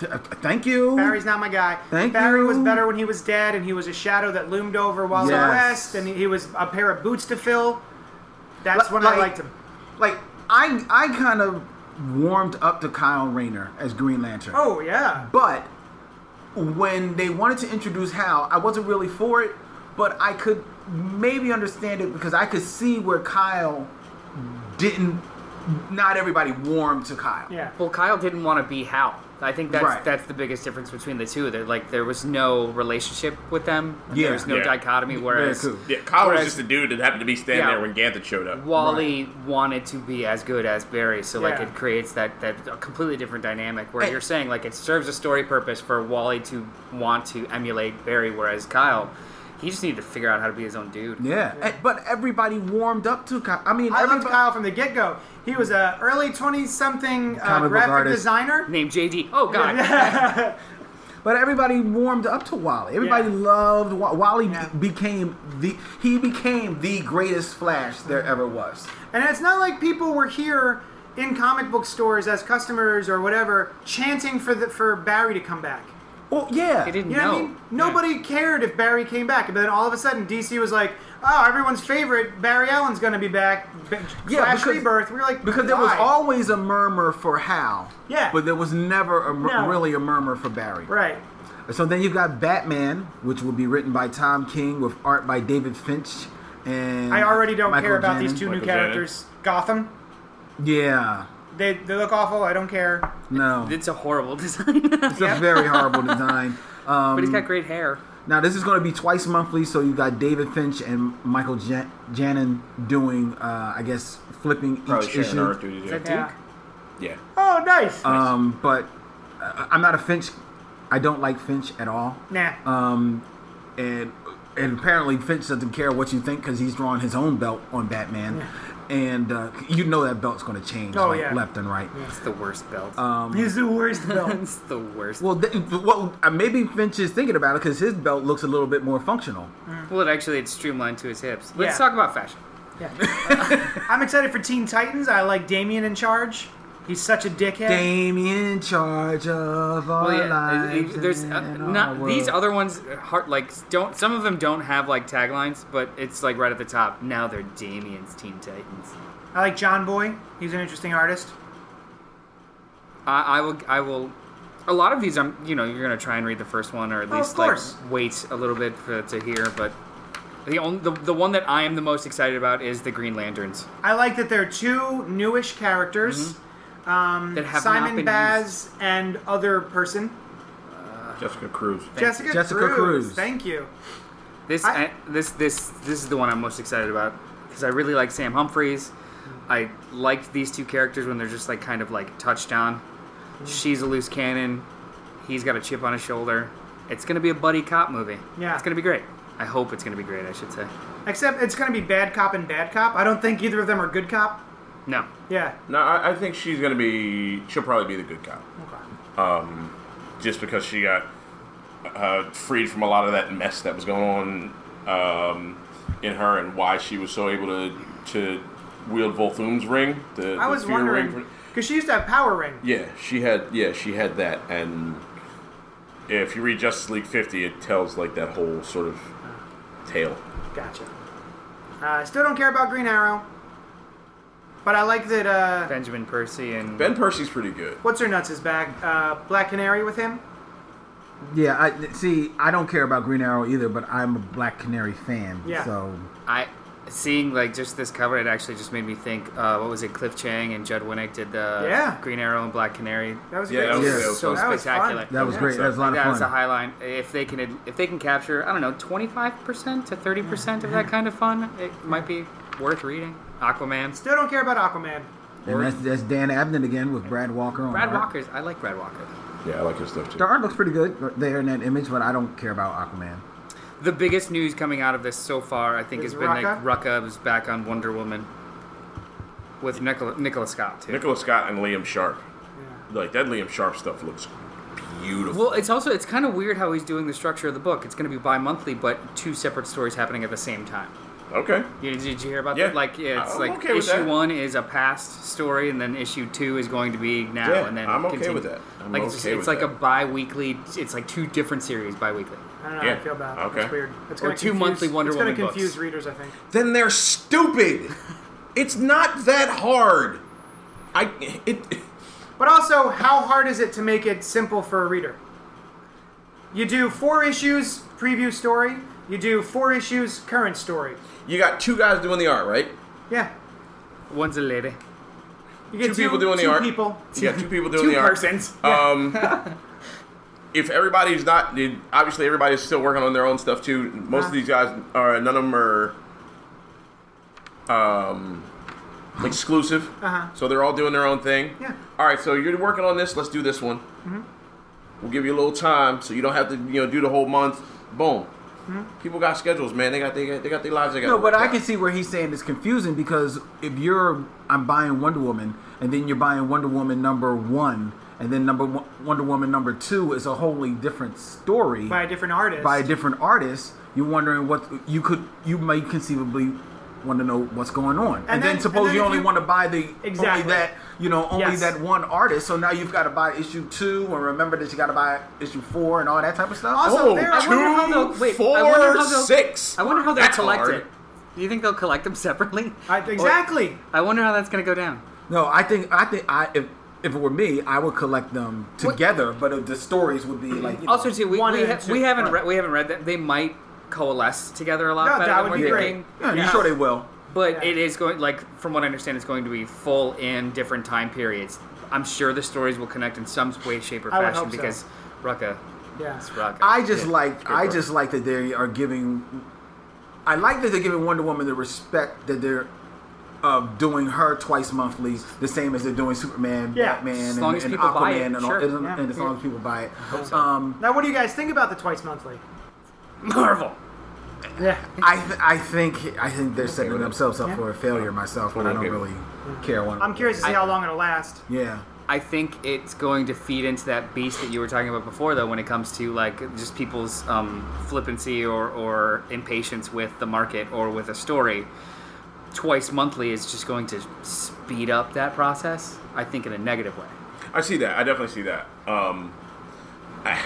F: Th- uh, Thank you.
B: Barry's not my guy.
F: Thank
B: Barry was
F: you.
B: better when he was dead, and he was a shadow that loomed over Wally
F: Yes.
B: West, and he was a pair of boots to fill. That's
F: Li-
B: when I
F: like-
B: liked him.
F: like I I kind of warmed up to Kyle Rayner as Green Lantern.
B: Oh yeah.
F: But when they wanted to introduce Hal, I wasn't really for it, but I could maybe understand it because I could see where Kyle didn't. Not everybody warmed to Kyle.
B: Yeah.
E: Well, Kyle didn't want to be Hal. I think that's
F: Right.
E: that's the biggest difference between the two. There, like, there was no relationship with them. and
F: Yeah.
E: there was no
C: Yeah.
E: dichotomy. Whereas
F: cool.
C: Yeah, Kyle was
E: Whereas-
C: just a dude that happened to be standing
E: Yeah.
C: there when Ganthet showed up.
E: Wally wanted to be as good as Barry, so like
B: Yeah.
E: it creates that that a completely different dynamic. Where
F: Hey.
E: you're saying like it serves a story purpose for Wally to want to emulate Barry, whereas Kyle, he just needed to figure out how to be his own dude.
F: Yeah. Eh, But everybody warmed up to Kyle. I mean,
B: I loved
F: everybody-
B: Kyle from the get go. He was a early twenties something
F: Comic
B: uh,
F: book
B: graphic
F: artist.
B: designer.
E: Named JD. Oh God.
F: But everybody warmed up to Wally. Everybody
B: Yeah.
F: loved Wa- Wally.
B: Yeah.
F: Became the he became the greatest Flash there ever was.
B: And it's not like people were here in comic book stores as customers or whatever chanting for the, for Barry to come back.
F: Well, yeah.
E: They didn't
B: You know what I
E: know.
B: mean? Nobody cared if Barry came back, but then all of a sudden DC was like, "Oh, everyone's favorite Barry Allen's going to be back." B-
F: Yeah,
B: Flash
F: because-
B: Rebirth. We were like,
F: Because there was
B: "Why?"
F: always a murmur for Hal.
B: Yeah.
F: But there was never a, mur-
B: No.
F: really a murmur for Barry.
B: right.
F: So then you've got Batman, which will be written by Tom King with art by David Finch. And
B: I already don't
F: Michael
B: care about
F: Janin.
B: these two new
C: Michael
B: characters. Gotham.
F: Yeah.
B: They they look awful. I don't care.
F: No. It's,
E: It's a horrible design.
F: a very horrible design. Um,
E: but he's got great hair.
F: now this is going to be twice monthly, so you've got David Finch and Michael Jan- Janin doing, uh, I guess, flipping
C: Probably
F: each
C: sharing
F: issue.
C: Earth duty.
E: Is that
B: Yeah.
E: Duke?
C: Yeah.
B: Oh, nice.
F: Um, but I- I'm not a Finch. I don't like Finch at all.
B: nah.
F: Um, and and apparently Finch doesn't care what you think because he's drawing his own belt on Batman, and uh, you know that belt's going to change
B: Oh,
F: like,
B: yeah.
F: left and right.
E: It's the worst belt.
F: um,
B: He's the worst villain.
E: it's the worst. Well,
F: Well, th- well, uh, maybe Finch is thinking about it because his belt looks a little bit more functional.
E: it actually it's streamlined to his hips. Let's
B: Yeah.
E: talk about fashion.
B: Yeah. I'm excited for Teen Titans. I like Damien in charge. He's such a dickhead.
F: Damien charge of our
E: Well, yeah,
F: lives.
E: there's
F: and
E: uh,
F: our
E: not these
F: world.
E: other ones. Heart like don't some of them don't have like taglines, but it's like right at the top. Now they're Damien's Teen Titans.
B: I like John Boy. He's an interesting artist.
E: I, I will. I will. A lot of these, I'm. You know, you're gonna try and read the first one, or at
B: Oh, of
E: least
B: course.
E: like wait a little bit for, to hear. But the only the, the one that I am the most excited about is the Green Lanterns
B: I like that there are two newish
F: Mm-hmm.
B: characters,
E: that have not
B: Simon
E: been used.
B: Baz and other person,
C: Jessica Cruz.
B: Jessica,
F: Jessica
B: Cruz.
F: Cruz.
B: Thank you.
E: This
B: I-
E: I, this this this is the one I'm most excited about because I really like Sam Humphreys. I liked these two characters when they're just like kind of like touched on.
B: Mm.
E: She's a loose cannon. He's got a chip on his shoulder. It's gonna be a buddy cop movie.
B: Yeah.
E: it's gonna be great. I hope it's gonna be great. I should say.
B: Except it's going to be bad cop and bad cop. I don't think either of them are good cop.
E: No,
B: Yeah.
C: No, I, I think she's gonna be. She'll probably be the good cop. Okay. Um, just because she got uh, freed from a lot of that mess that was going on um, in her, and why she was so able to to wield Volthoom's ring. The,
B: I
C: the
B: was
C: fear
B: wondering
C: ring.
B: because she used to have power ring.
C: Yeah, she had. Yeah, she had that. And if you read Justice League fifty, it tells like that whole sort of tale.
B: Gotcha. Uh, I still don't care about Green Arrow, but I like that. Uh,
E: Benjamin Percy and
C: Ben Percy's pretty good.
B: what's her nuts is back. Uh, Black Canary with him.
F: Yeah, I see. I don't care about Green Arrow either, but I'm a Black Canary fan.
B: Yeah.
F: So
E: I seeing like just this cover, it actually just made me think. Uh, what was it? Cliff Chang and Judd Winnick did the
B: Yeah.
E: Green Arrow and Black Canary.
B: That was
C: Yeah,
B: great.
C: that was-
F: Yeah.
C: that was
E: So
B: That was fun.
E: spectacular.
F: that was
B: Yeah.
F: great. That was a lot of
E: That's
F: fun.
E: a high line. If they can, if they can capture, I don't know, twenty five percent to thirty percent of that kind of fun, it might be worth reading. Aquaman,
B: Still don't care about Aquaman.
F: and that's, that's Dan Abnett again with Brad Walker on
E: Brad
F: art.
E: Walker's. I like Brad Walker.
C: Yeah, I like his stuff too.
F: The art looks pretty good there in that image, but I don't care about Aquaman.
E: The biggest news coming out of this so far, I think,
B: Is
E: has been
B: Rucka?
E: like Rucka was back on Wonder Woman with Nicola, Nicola Scott too.
C: Nicholas Scott and Liam Sharp. Like that Liam Sharp stuff looks beautiful.
E: Well, it's also it's kind of weird how he's doing the structure of the book. It's going to be bi-monthly, but two separate stories happening at the same time.
C: okay.
E: You, did you hear about
C: Yeah.
E: that? Like yeah, it's
C: I'm
E: like
C: okay with
E: issue
C: that.
E: one is a past story, and then issue two is going to be now,
C: Yeah,
E: and then
C: I'm okay
E: continue.
C: with that. I'm
E: like it's, just-
C: okay
E: it's
C: with
E: like
C: that.
E: a bi-weekly. It's like two different series bi-weekly.
B: I don't know how
C: Yeah.
B: I feel about it.
C: Okay.
B: It's weird. It's
E: Or
B: gonna
E: two
B: confuse-
E: monthly Wonder
B: It's
E: Woman
B: gonna
E: books.
B: confuse readers, I think.
C: Then they're stupid. it's not that hard. I it
B: But also, how hard is it to make it simple for a reader? You do four issues preview story. You do four issues current story.
C: you got two guys doing the art, right?
B: Yeah.
E: One's a lady.
B: You get
C: Two people doing the
B: two
C: art.
B: People.
C: You got two people doing
B: Two
C: the art. Um,
B: persons.
C: If everybody's not dude, obviously everybody's still working on their own stuff too. Most
F: Uh-huh.
C: of these guys are none of them are um exclusive.
B: Uh-huh.
C: So they're all doing their own thing.
B: Yeah.
C: All right, so you're working on this. Let's do this one.
F: Mm-hmm.
C: We'll give you a little time, so you don't have to, you know, do the whole month. Boom. People got schedules, man. They got they got, they got their lives. They got
F: Mm-hmm. No, but I can see where he's saying it's confusing because if you're, I'm buying Wonder Woman, and then you're buying Wonder Woman number one, and then number one, Wonder Woman number two is a wholly different story
B: by a different artist.
F: by a different artist. You're wondering what you could, you might conceivably want to know what's going on, and,
B: then-
F: then,
B: and
F: suppose
B: then
F: you
B: if
F: only
B: you-
F: want to buy the
B: Exactly.
F: only that you know only
B: Yes.
F: that one artist. So now you've got to buy issue two, and remember that you got to buy issue four and all that type of stuff.
B: Also,
C: Oh,
B: there- I
C: two,
E: wonder how they'll- wait, I
C: four,
E: wonder how they'll-
C: six.
E: I wonder how they'll
C: That's
E: collect
C: hard.
E: it. Do you think they'll collect them separately?
B: I-
E: Or-
B: exactly.
E: I wonder how that's going to go down.
F: No, I think I think I if if it were me, I would collect them together, but uh, the stories would be like you know,
E: Also, too, we,
B: One
E: we,
B: and
E: ha-
B: two.
E: we haven't re- we haven't read that. They might coalesce together a lot
B: No,
E: better
B: that
E: than
B: would
E: we're
B: be great.
E: thinking.
F: Yeah,
B: Yeah.
F: you sure they will.
E: But
B: Yeah.
E: it is going like from what I understand, it's going to be full in different time periods. I'm sure the stories will connect in some way, shape, or
B: I would
E: fashion
B: hope so.
E: because Rucka,
B: Yeah.
E: it's Rucka.
F: I just
E: Yeah.
F: like I
C: work.
F: just like that they are giving. I like that they're giving Wonder Woman the respect that they're of doing her twice monthly, the same as they're doing Superman,
B: Yeah.
F: Batman,
E: As
F: and,
E: long as
F: and
E: people buy it,
F: Aquaman, and, all,
E: sure.
F: and,
B: Yeah.
F: and as long as people buy it.
E: so.
F: Um,
B: Now, what do you guys think about the twice monthly?
E: Marvel.
B: Yeah.
F: I th- I think I think they're setting
C: with it.
F: themselves up
B: Yeah.
F: for a failure myself, but I don't
C: Okay.
F: really care. One,
B: I'm curious to see
E: I-
B: how long it'll last.
F: Yeah.
E: I think it's going to feed into that beast that you were talking about before, though, when it comes to like just people's um, flippancy or, or impatience with the market or with a story. twice monthly is just going to speed up that process. I think in a negative way.
C: I see that. I definitely see that. Um, I-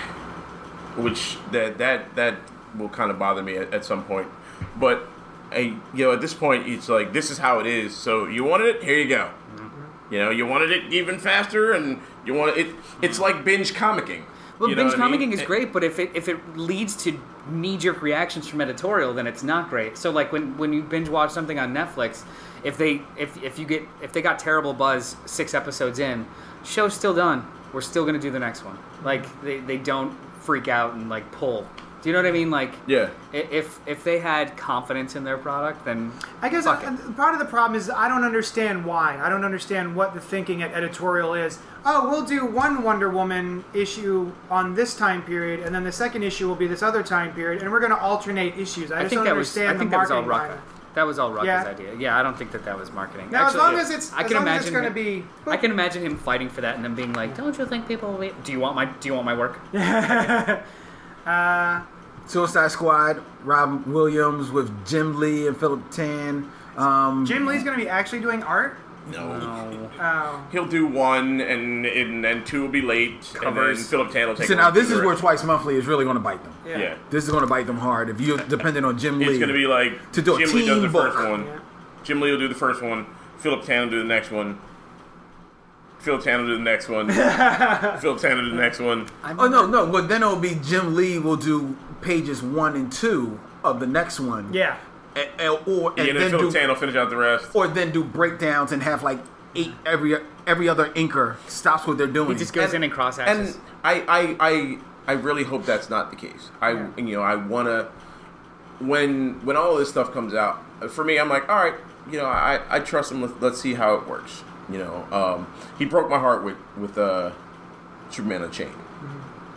C: which that that that will kind of bother me at, at some point. But I, you know, at this point, it's like this is how it is. So you wanted it, here you go.
F: Mm-hmm.
C: You know, you wanted it even faster, and you want it. It's like binge comicking.
E: Well,
C: you know
E: binge
C: what I mean?
E: comicing is
C: It-
E: great, but if it if it leads to knee jerk reactions from editorial, then it's not great. So like when when you binge watch something on Netflix, if they if if you get if they got terrible buzz six episodes in, show's still done. We're still gonna do the next one. Like they, they don't freak out and like pull. Do you know what I mean? Like
C: Yeah.
E: i- If if they had confidence in their product, then
B: I guess
E: fuck
B: uh,
E: it.
B: part of the problem is I don't understand why. I don't understand what the thinking at editorial is. Oh, we'll do one Wonder Woman issue on this time period, and then the second issue will be this other time period, and we're going to alternate issues. I,
E: I
B: just
E: think
B: don't
E: that was
B: understand
E: I think
B: the
E: that was all
B: marketing
E: Rucka.
B: behind it.
E: That was all Rucka's
B: Yeah.
E: idea. Yeah, I don't think that that was marketing.
B: Now,
E: Actually,
B: as long
C: yeah.
B: as it's,
E: I
B: as
E: can
B: long as
E: imagine
B: it's going to
E: him-
B: be.
E: I can imagine him fighting for that and then being like, "Don't you think people will be- Do you want my Do you want my work?"
F: Suicide Squad, Rob Williams with Jim Lee and Philip Tan. Um,
B: Jim Lee's going to be actually doing art.
C: No.
B: Oh,
C: He'll do one, and and, and two will be late, and then
E: Covers.
C: Philip Tan will take.
F: so now
C: over
F: this
C: for
F: is
C: the
F: where
C: rest.
F: twice monthly is really going to bite them.
B: yeah.
C: yeah.
F: This is going to bite them hard if you're dependent on Jim Lee.
C: It's gonna be like
F: To do a
C: Jim Lee does the
F: team
C: first
F: book.
C: one.
B: Yeah.
C: Jim Lee will do the first one. Philip Tan will do the next one. Philip Tan will do the next one. Philip Tan will do the next one.
F: Oh no, no. Well, then it'll be Jim Lee will do pages one and two of the next one.
B: Yeah.
F: A- a- or
C: And
F: and then
C: then
F: do
C: Philip Tan will finish out the rest.
F: or then do breakdowns and have like eight every every other inker stops what they're doing.
E: He just goes in and cross
C: And
E: axes.
C: I, I, I, I really hope that's not the case. I, you know, I wanna when when all this stuff comes out for me, I'm like, all right, you know, I, I trust him. Let's, let's see how it works. You know, um, he broke my heart with with uh, Superman Chain.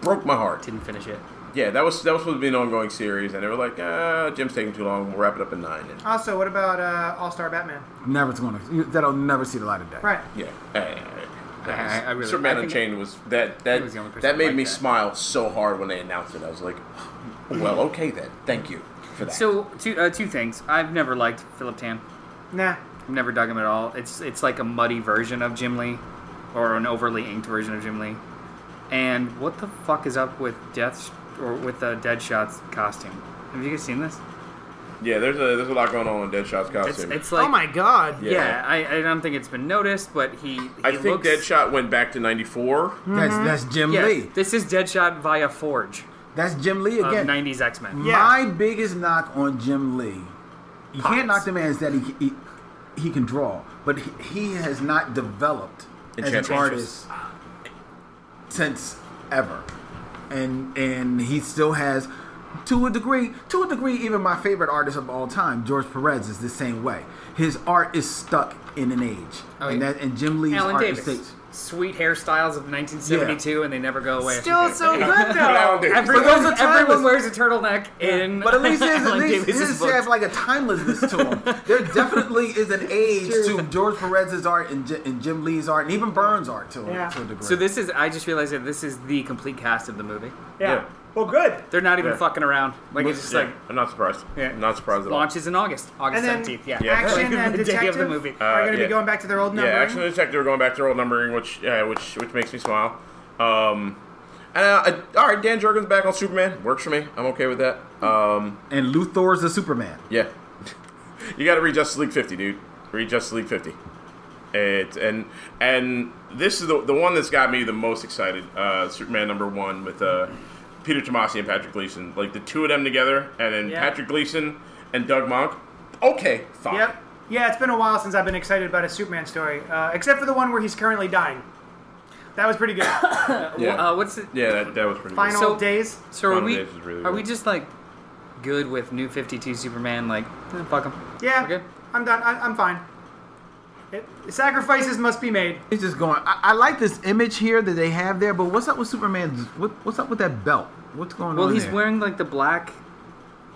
C: Broke my heart.
E: Didn't finish it.
C: Yeah, that was that was supposed to be an ongoing series, and they were like, "Ah, Jim's taking too long. We'll wrap it up in nine. And,
B: Also, what about uh, All Star Batman?
F: never going to that'll never see the light of day.
B: Right.
C: yeah,
E: I- I- I really-
C: Superman
E: I think-
C: Unchained was that that
E: I was the only person
C: that
E: that
C: made
E: liked
C: me
E: that.
C: smile so hard when they announced it. I was like, "Well, okay then. Thank you for that."
E: So two uh, two things. I've never liked Philip Tan.
B: Nah.
E: I've never dug him at all. It's it's like a muddy version of Jim Lee, or an overly inked version of Jim Lee. And what the fuck is up with Death's or with uh, Deadshot's costume? Have you guys seen this?
C: yeah, there's a there's a lot going on in Deadshot's
E: It's,
C: costume.
E: it's like
B: oh my God.
E: yeah. I, I don't think it's been noticed, but he, he
C: I think
E: looks,
C: Deadshot went back to '94.
F: That's that's Jim
E: Mm-hmm. Yeah,
F: Lee.
E: this is Deadshot via Forge
F: That's Jim Lee
E: of
F: again.
E: '90s X-Men.
B: Yeah.
F: My biggest knock on Jim Lee, you can't
E: Pots.
F: knock the man is that he, he he can draw, but he, he has not developed as an
C: Enchantress.
F: artist since ever, and and he still has. To a degree, to a degree, even my favorite artist of all time, George Perez, is the same way. His art is stuck in an age,
E: Oh,
F: and
E: yeah.
F: that and Jim Lee's
E: Alan
F: art
E: Davis,
F: is states.
E: sweet hairstyles of 1972, and they never go away.
B: Still so good though.
C: Alan Davis.
F: But those
E: Everyone,
F: are
E: everyone
F: timeless.
E: wears a turtleneck in
F: But at least there's, at
E: Alan
F: least
E: Davis's
F: his
E: books.
F: has like a timelessness to him. There definitely is an age to George Perez's art and, J- and Jim Lee's art and even Burns' art to, a-
B: Yeah.
F: to a degree.
E: So this is. I just realized that this is the complete cast of the movie.
B: Yeah.
C: Yeah.
B: Well, good.
E: They're not even
C: Yeah.
E: fucking around. Like it's just
C: Yeah,
E: like
C: I'm not surprised.
E: Yeah.
C: I'm not surprised at all.
E: launches in August, August
B: And then
E: 17th. Yeah.
C: Yeah.
B: action
E: Like,
B: and
E: the
B: detective
E: day of the
B: are
E: movie.
B: going to
C: Uh, yeah.
B: be going back to their old
C: Yeah,
B: numbering.
C: Action and Detective are going back to their old numbering, which uh, which which makes me smile. Um, and uh, I, all right, Dan Jurgens back on Superman works for me. I'm okay with that. Um,
F: and Luthor's the Superman.
C: yeah, you got to read Justice League 50, dude. Read Justice League 50. It and and this is the the one that's got me the most excited. Uh, Superman number one with uh, Peter Tomasi and Patrick Gleason, like the two of them together, and then
E: Yeah.
C: Patrick Gleason and Doug Monk. Okay, fine.
B: Yep. Yeah, it's been a while since I've been excited about a Superman story, uh, except for the one where he's currently dying. That was pretty good.
C: Yeah,
E: Uh, what's it?
C: yeah, that, that was pretty. good.
B: Final
E: So-
B: days.
E: So are
C: Final
E: we?
C: Days is really
E: are we
C: good.
E: just like good with New 52 Superman? Like eh, fuck him.
B: Yeah.
E: Okay.
B: I'm done. I, I'm fine. It, sacrifices must be made.
F: It's just going. I, I like this image here that they have there, but what's up with Superman's? What, what's up with that belt? What's going
E: Well,
F: on?
E: he's
F: there?
E: wearing like the black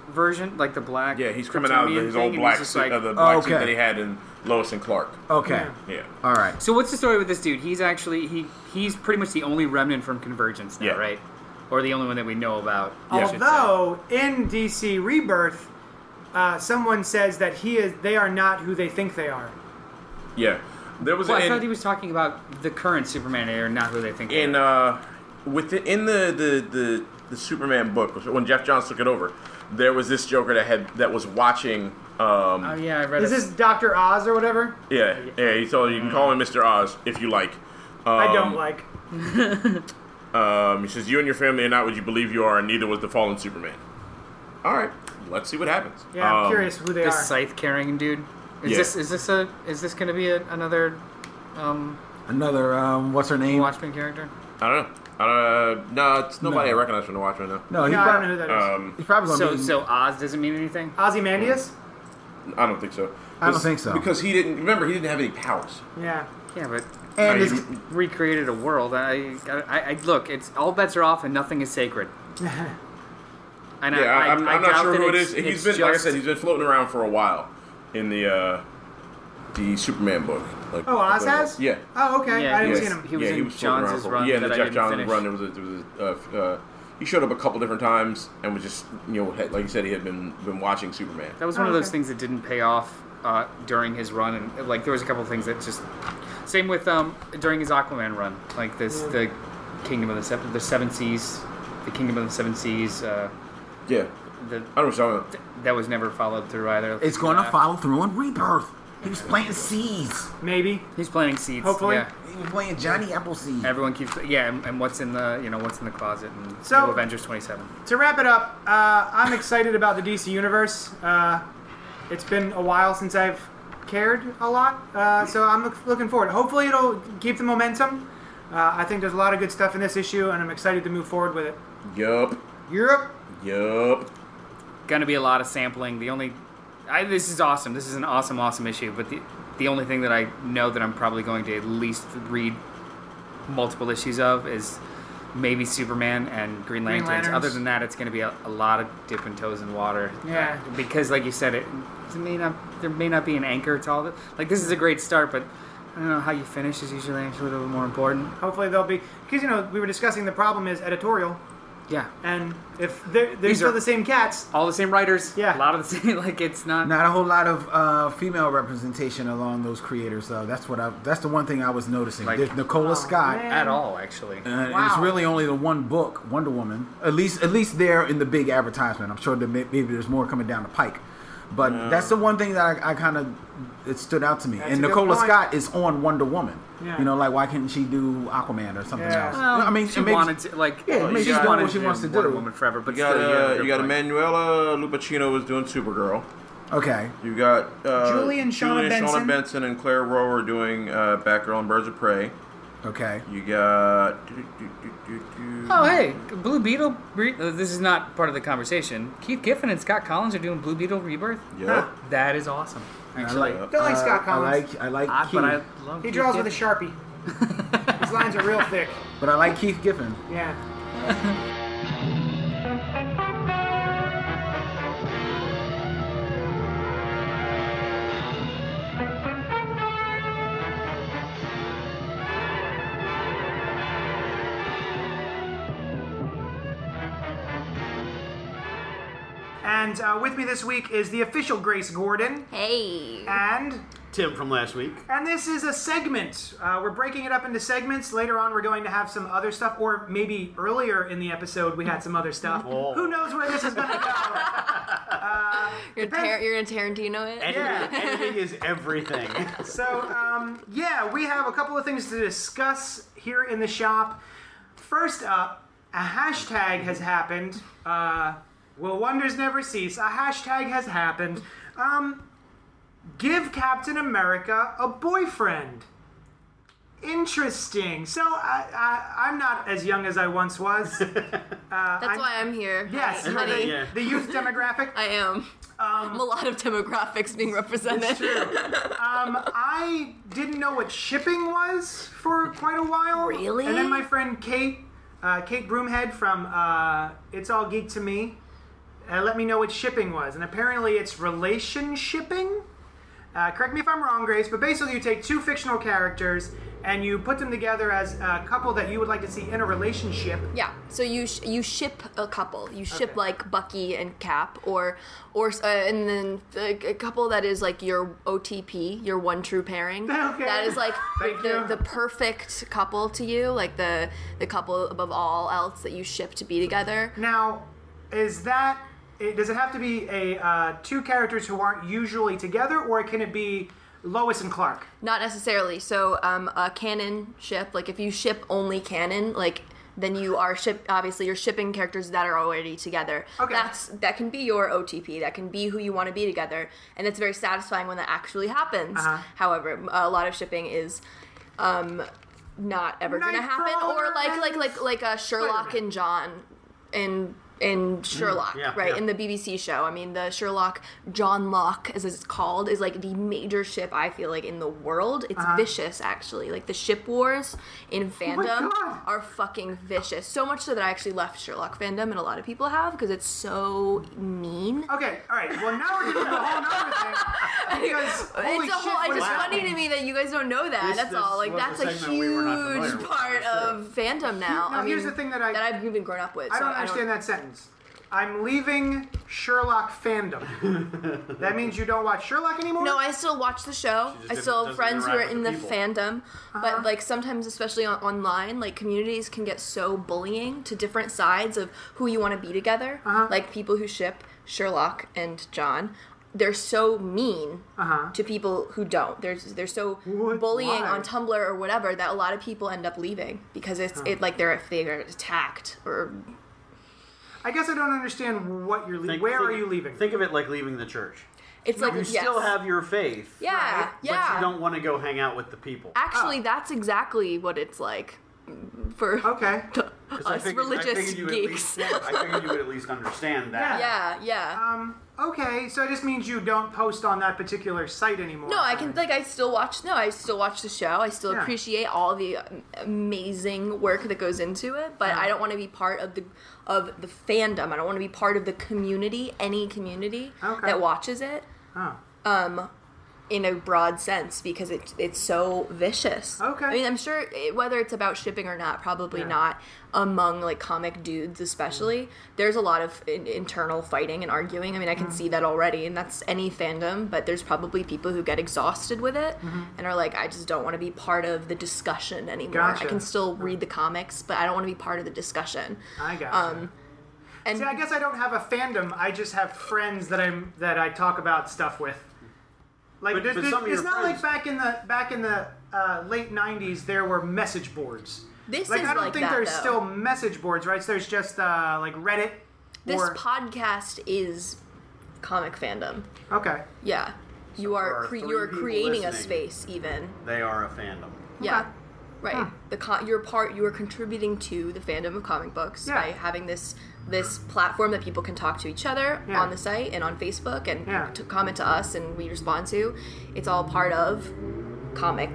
E: version, like the black.
C: Yeah, he's coming out of
E: Kryptonian
C: his
E: thing,
C: old
E: and he's
C: black
E: just,
C: suit,
E: like- "Oh,
C: uh, the black suit
F: okay.
C: that he had in Lois and Clark.
F: Okay.
B: Yeah.
C: Yeah,
F: All right.
E: So what's the story with this dude? He's actually he he's pretty much the only remnant from Convergence now,
C: Yeah. uh,
E: right? Or the only one that we know about. I should say.
B: Although in DC Rebirth, uh, someone says that he is they are not who they think they are.
C: Yeah, there was
E: Well, Oh, I
C: an,
E: thought he was talking about the current Superman. They are not who they think. they
C: in
E: are.
C: uh within in the the the, the Superman book when Jeff Johns took it over, there was this Joker that had that was watching. Um,
E: oh yeah, I read.
B: Is
E: a-
B: this Doctor Oz or whatever?
C: yeah, yeah. He told you can call him Mr. Oz if you like. Um,
B: I don't like.
C: Um, he says you and your family are not what you believe you are, and neither was the fallen Superman. All right, let's see what happens.
B: Yeah, I'm
C: Um,
B: curious who they
E: the
B: are.
E: scythe carrying dude? Is
C: Yeah.
E: this is this a is this gonna be a, another um,
F: Another um, what's her name?
E: Watchmen character?
C: I don't know. I don't, uh, no, it's nobody I recognize from the Watchmen though.
F: No, he's,
B: No, I don't know who
F: prob-
B: that is.
C: Um,
F: he's probably gonna
E: So
F: be.
E: so Oz doesn't mean anything.
B: Ozymandias?
C: I don't think so.
F: I don't think so.
C: because he didn't. Remember, he didn't have any powers.
B: Yeah.
E: Yeah, but
F: and
C: Are
F: it's,
C: you-
E: recreated a world. I, I, I look. It's all bets are off, and nothing is sacred. And
C: Yeah, I, am I'm not
E: doubt
C: sure
E: that
C: who it
E: it's-
C: is. He's
E: it's
C: been, like I
E: just-
C: said, he's been floating around for a while in the uh, the Superman book. Like,
B: Oh, Oz has?
C: Yeah.
B: Oh, okay.
E: uh, Yeah,
B: I didn't
E: yes.
B: see him.
E: He was
C: yeah,
E: in
C: floating around
E: Johns'
C: for-
E: run
C: Yeah,
E: that
C: the
E: I
C: Jeff
E: didn't
C: Johns
E: finish.
C: run. There was a, there was a, uh, f- uh, he showed up a couple different times and was just you know had, like you said he had been been watching Superman.
E: That was
B: Oh,
E: one of those
B: okay.
E: things that didn't pay off uh, during his run, and like there was a couple of things that just. Same with um, during his Aquaman run, like this the Kingdom of the Seven, the Seven Seas, the Kingdom of the Seven Seas. Uh,
C: Yeah,
E: the,
C: I don't know. What
E: that was never followed through either.
F: it's going to
E: Yeah.
F: follow through on Rebirth. He was planting seeds.
B: Maybe.
E: He's planting seeds.
B: Hopefully.
E: yeah.
F: He was playing Johnny Appleseed.
E: Everyone keeps yeah, and, and what's in the you know what's in the closet and
B: So-
E: New Avengers twenty seven.
B: To wrap it up, uh, I'm excited about the DC Universe. Uh, it's been a while since I've cared a lot, uh, so I'm look- looking forward. Hopefully, it'll keep the momentum. Uh, I think there's a lot of good stuff in this issue, and I'm excited to move forward with it.
C: yup,
B: Europe,
C: yup.
E: Gonna be a lot of sampling. The only I, this is awesome. This is an awesome awesome issue. But the the only thing that I know that I'm probably going to at least read multiple issues of is maybe Superman and Green
B: Green
E: Lanterns.
B: Lanterns.
E: Other than that, it's gonna be a, a lot of dipping toes in water. Uh,
B: Yeah.
E: because like you said, it, it may not there may not be an anchor to all the like this is a great start, but. I don't know how you finish is usually actually a little more important.
B: hopefully they'll be because you know we were discussing the problem is editorial,
E: Yeah,
B: and if they're, they're
E: These
B: still
E: are-
B: the same cats,
E: all the same writers.
B: Yeah.
E: a lot of the same. Like it's not.
F: Not a whole lot of uh, female representation along those creators, though. That's what I. That's the one thing I was noticing.
E: Like-
F: There's Nicola
B: Oh,
F: Scott.
B: man.
E: at all actually.
F: Uh, and It's
B: Wow.
F: really only the one book, Wonder Woman. At least, at least there in the big advertisement. I'm sure that may- maybe there's more coming down the pike, but that's the one thing that I, I kind of it stood out to me.
B: That's
F: and
B: a good
F: Nicola
B: point.
F: Scott is on Wonder Woman.
B: Yeah.
F: You know, like why couldn't she do Aquaman or something
B: Yeah.
F: else?
E: Well,
F: I mean,
E: she
F: it makes-
E: wanted to like.
F: Yeah, it
E: well,
F: makes
E: she
F: you do
E: wanted
F: what she wants to
E: Wonder
F: do.
E: Woman forever, but
C: You got
E: still, you're at a
C: uh,
E: good
C: you got
E: point.
C: Emanuela Lupacino was doing Supergirl.
F: okay.
C: You got uh,
B: Julie and Shauna
C: Julie and
B: Benson.
C: Benson and Claire Rowe are doing uh, Batgirl and Birds of Prey.
F: Okay.
C: You got. do, do, do, do, do.
E: Oh hey, Blue Beetle. Re- uh, this is not part of the conversation. Keith Giffen and Scott Collins are doing Blue Beetle Rebirth.
C: Yep.
E: That is awesome. Actually,
C: like-
B: don't like Scott
F: uh, I
B: Collins.
F: like I like
E: I,
F: Keith,
E: but I love.
B: he
E: Keith
B: draws with a
E: Giffen.
B: sharpie. His lines are real thick.
F: but I like Keith Giffen.
B: Yeah. And uh, with me this week is the official Grace Gordon
G: Hey.
B: and
H: Tim from last week.
B: and this is a segment. Uh, we're breaking it up into segments. Later on, we're going to have some other stuff, or maybe earlier in the episode, we had some other stuff.
H: Oh.
B: Who knows where this is going to go?
G: You're, gonna tar- you're gonna Tarantino it?
H: Editing,
B: Yeah.
H: editing is everything.
B: so, um, yeah, we have a couple of things to discuss here in the shop. First up, a hashtag has happened. Uh, Will wonders never cease? A hashtag has happened. Um, give Captain America a boyfriend. Interesting. So I, I, I'm not as young as I once was. Uh,
G: That's why I'm here.
B: Yes, Um,
G: Hi,
B: you're
G: honey.
B: the,
H: Yeah.
B: the youth demographic.
G: I am. I'm a lot of demographics being represented.
B: Um, I didn't know what shipping was for quite a while.
G: Really?
B: And then my friend Kate, uh, Kate Broomhead from uh, It's All Geek to Me, uh, let me know what shipping was, and apparently it's relation shipping. Uh, correct me if I'm wrong, Grace, but basically you take two fictional characters and you put them together as a couple that you would like to see in a relationship.
G: Yeah. So you sh- you ship a couple. You ship
B: Okay.
G: like Bucky and Cap, or or uh, and then a, a couple that is like your OTP, your one true pairing.
B: Okay.
G: That is like
B: Thank
G: the,
B: you.
G: the perfect couple to you, like the the couple above all else that you ship to be together.
B: Now, is that it, does it have to be a uh, two characters who aren't usually together, or can it be Lois and Clark?
G: Not necessarily. So um, a canon ship, like if you ship only canon, like then you are ship obviously you're shipping characters that are already together.
B: Okay.
G: That's that can be your OTP. That can be who you want to be together, and it's very satisfying when that actually happens.
B: Uh-huh.
G: However, a lot of shipping is. Um, not ever gonna happen, or like like like like uh, Sherlock and John, and
B: Mm,
G: and Sherlock,
H: yeah,
G: right?
H: yeah.
G: In the BBC show. I mean, the Sherlock John Locke, as it's called, is like the major ship I feel like in the world. It's
B: Uh-huh.
G: vicious, actually. Like the ship wars in fandom
B: Oh God.
G: are fucking vicious. So much so that I actually left Sherlock fandom, and a lot of people have because it's so mean.
B: Okay, all right. Well, now we're getting to a whole nother thing. Because, holy
G: it's a whole.
B: shit,
G: It's
B: what is
G: just funny
B: happening?
G: to me that you guys don't know that.
H: This-
G: that's
H: this
G: all. Like
H: was
G: that's
H: a
G: a
H: segment we were not familiar
G: huge
H: with,
G: part of fandom
B: Now,
G: now. I mean,
B: here's the thing that I-
G: that I've even grown up with.
B: I
G: so
B: don't understand that sentence. I'm leaving Sherlock fandom. that means you don't watch Sherlock anymore.
G: No, I still watch the show.
H: just
G: I
H: didn't-
G: still have
H: doesn't
G: friends who are
H: interact
G: in
H: with
G: the
H: the people.
G: fandom,
H: Uh-huh.
G: but like sometimes, especially on- online, like communities can get so bullying to different sides of who you want to be together.
H: Uh-huh.
G: Like people who ship Sherlock and John, they're so mean
H: Uh-huh.
G: to people who don't. They're they're so bullying
B: Why?
G: on Tumblr or whatever that a lot of people end up leaving because it's it like they're they're attacked or
B: I guess I don't understand what you're leaving. Where are you leaving?
H: Think of it like leaving the church.
G: it's like
H: you
G: yes.
H: still have your faith.
G: Yeah,
H: right? But
G: yeah.
H: you don't want to go hang out with the people.
G: Actually, that's exactly what it's like mm, for
B: okay.
H: I
G: us
H: figured- I
G: religious
H: figured you would at
G: geeks.
H: least- I figured you would at least understand that.
G: Yeah, yeah.
B: Um. Okay. So it just means you don't post on that particular site anymore.
G: no, I can like I still watch. No, I still watch the show. I still
B: Yeah.
G: appreciate all the um, amazing work that goes into it, but I don't want to be part of the of the fandom. I don't want to be part of the community, any community
B: Okay.
G: that watches it
B: Oh.
G: in a broad sense because it, it's so vicious.
B: Okay.
G: I mean, I'm sure it, whether it's about shipping or not, probably
B: Yeah. Mm.
G: not among like comic dudes, especially. There's a lot of in- internal fighting and arguing. I mean, I
B: Mm.
G: can see that already, and that's any fandom, but there's probably people who get exhausted with it
B: Mm-hmm.
G: and are like, I just don't want to be part of the discussion anymore.
B: Gotcha. Mm.
G: I can still read the comics, but I don't want to be part of the discussion.
B: I got.
G: Um, and
B: See, I guess I don't have a fandom. I just have friends that I'm that I talk about stuff with. Like
H: But-
B: there's,
H: but
B: there's-
H: some of
B: it's
H: your
B: not
H: friends-
B: like back in the back in the uh, late '90s there were message boards.
G: This
B: like
G: is
B: I don't
G: like
B: think
G: that,
B: there's
G: though.
B: still message boards, right? So there's just uh, like Reddit.
G: this
B: or,
G: podcast is comic fandom.
B: okay.
G: Yeah. You are,
H: are
G: cre-
H: three
G: you are
H: people
G: creating a
H: listening.
G: space even.
H: They are a fandom.
G: Yeah. Right. The co- your part you are contributing to the fandom of comic books
B: Yeah.
G: by having this this platform that people can talk to each other
B: Yeah.
G: on the site and on Facebook and
B: Yeah.
G: to comment to us and we respond to. It's all part of comic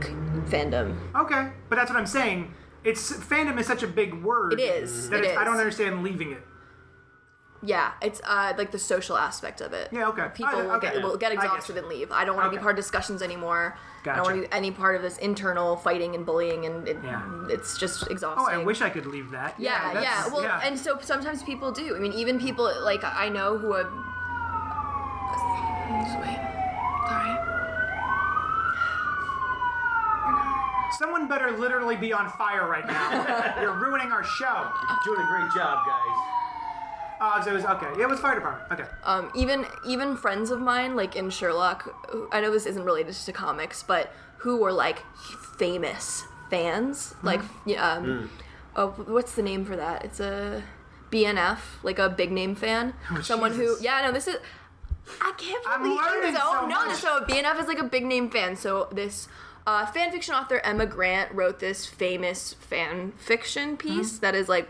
G: fandom.
B: Okay, but that's what I'm saying. It's fandom is such a big word.
G: It is.
B: That
G: It
B: it's- I
G: is.
B: don't understand leaving it.
G: Yeah, it's uh, like the social aspect of it.
B: Yeah, okay.
G: People
B: Oh, yeah,
G: will,
B: okay.
G: get, will get
B: I get
G: exhausted
B: you.
G: and leave. I don't want to
B: Okay.
G: be part of discussions anymore. I don't
B: Gotcha.
G: want to be any part of this internal fighting and bullying, and it,
B: Yeah.
G: it's just
B: Oh,
G: exhausting.
B: I wish I could leave that.
G: Yeah, yeah.
B: that's-
G: Well, and so sometimes people do. I mean, even people like I know who have. Just Wait. Sorry.
B: someone better literally be on fire right now. You're ruining our show.
H: Doing a great job, guys.
B: Uh, so it was okay. It was fire department. Okay.
G: Um, even even friends of mine, like in Sherlock, who- I know this isn't related to comics, but who were like famous fans,
B: Mm-hmm.
G: like yeah, um,
B: Mm.
G: oh, what's the name for that? It's a BNF, like a big name fan, someone
B: Oh, Jesus.
G: who yeah, no, this is. I can't
B: I'm
G: believe you
B: learning so
G: don't know
B: much.
G: this. So BNF is like a big name fan. So this uh, fan fiction author Emma Grant wrote this famous fan fiction piece
B: Mm-hmm.
G: that is like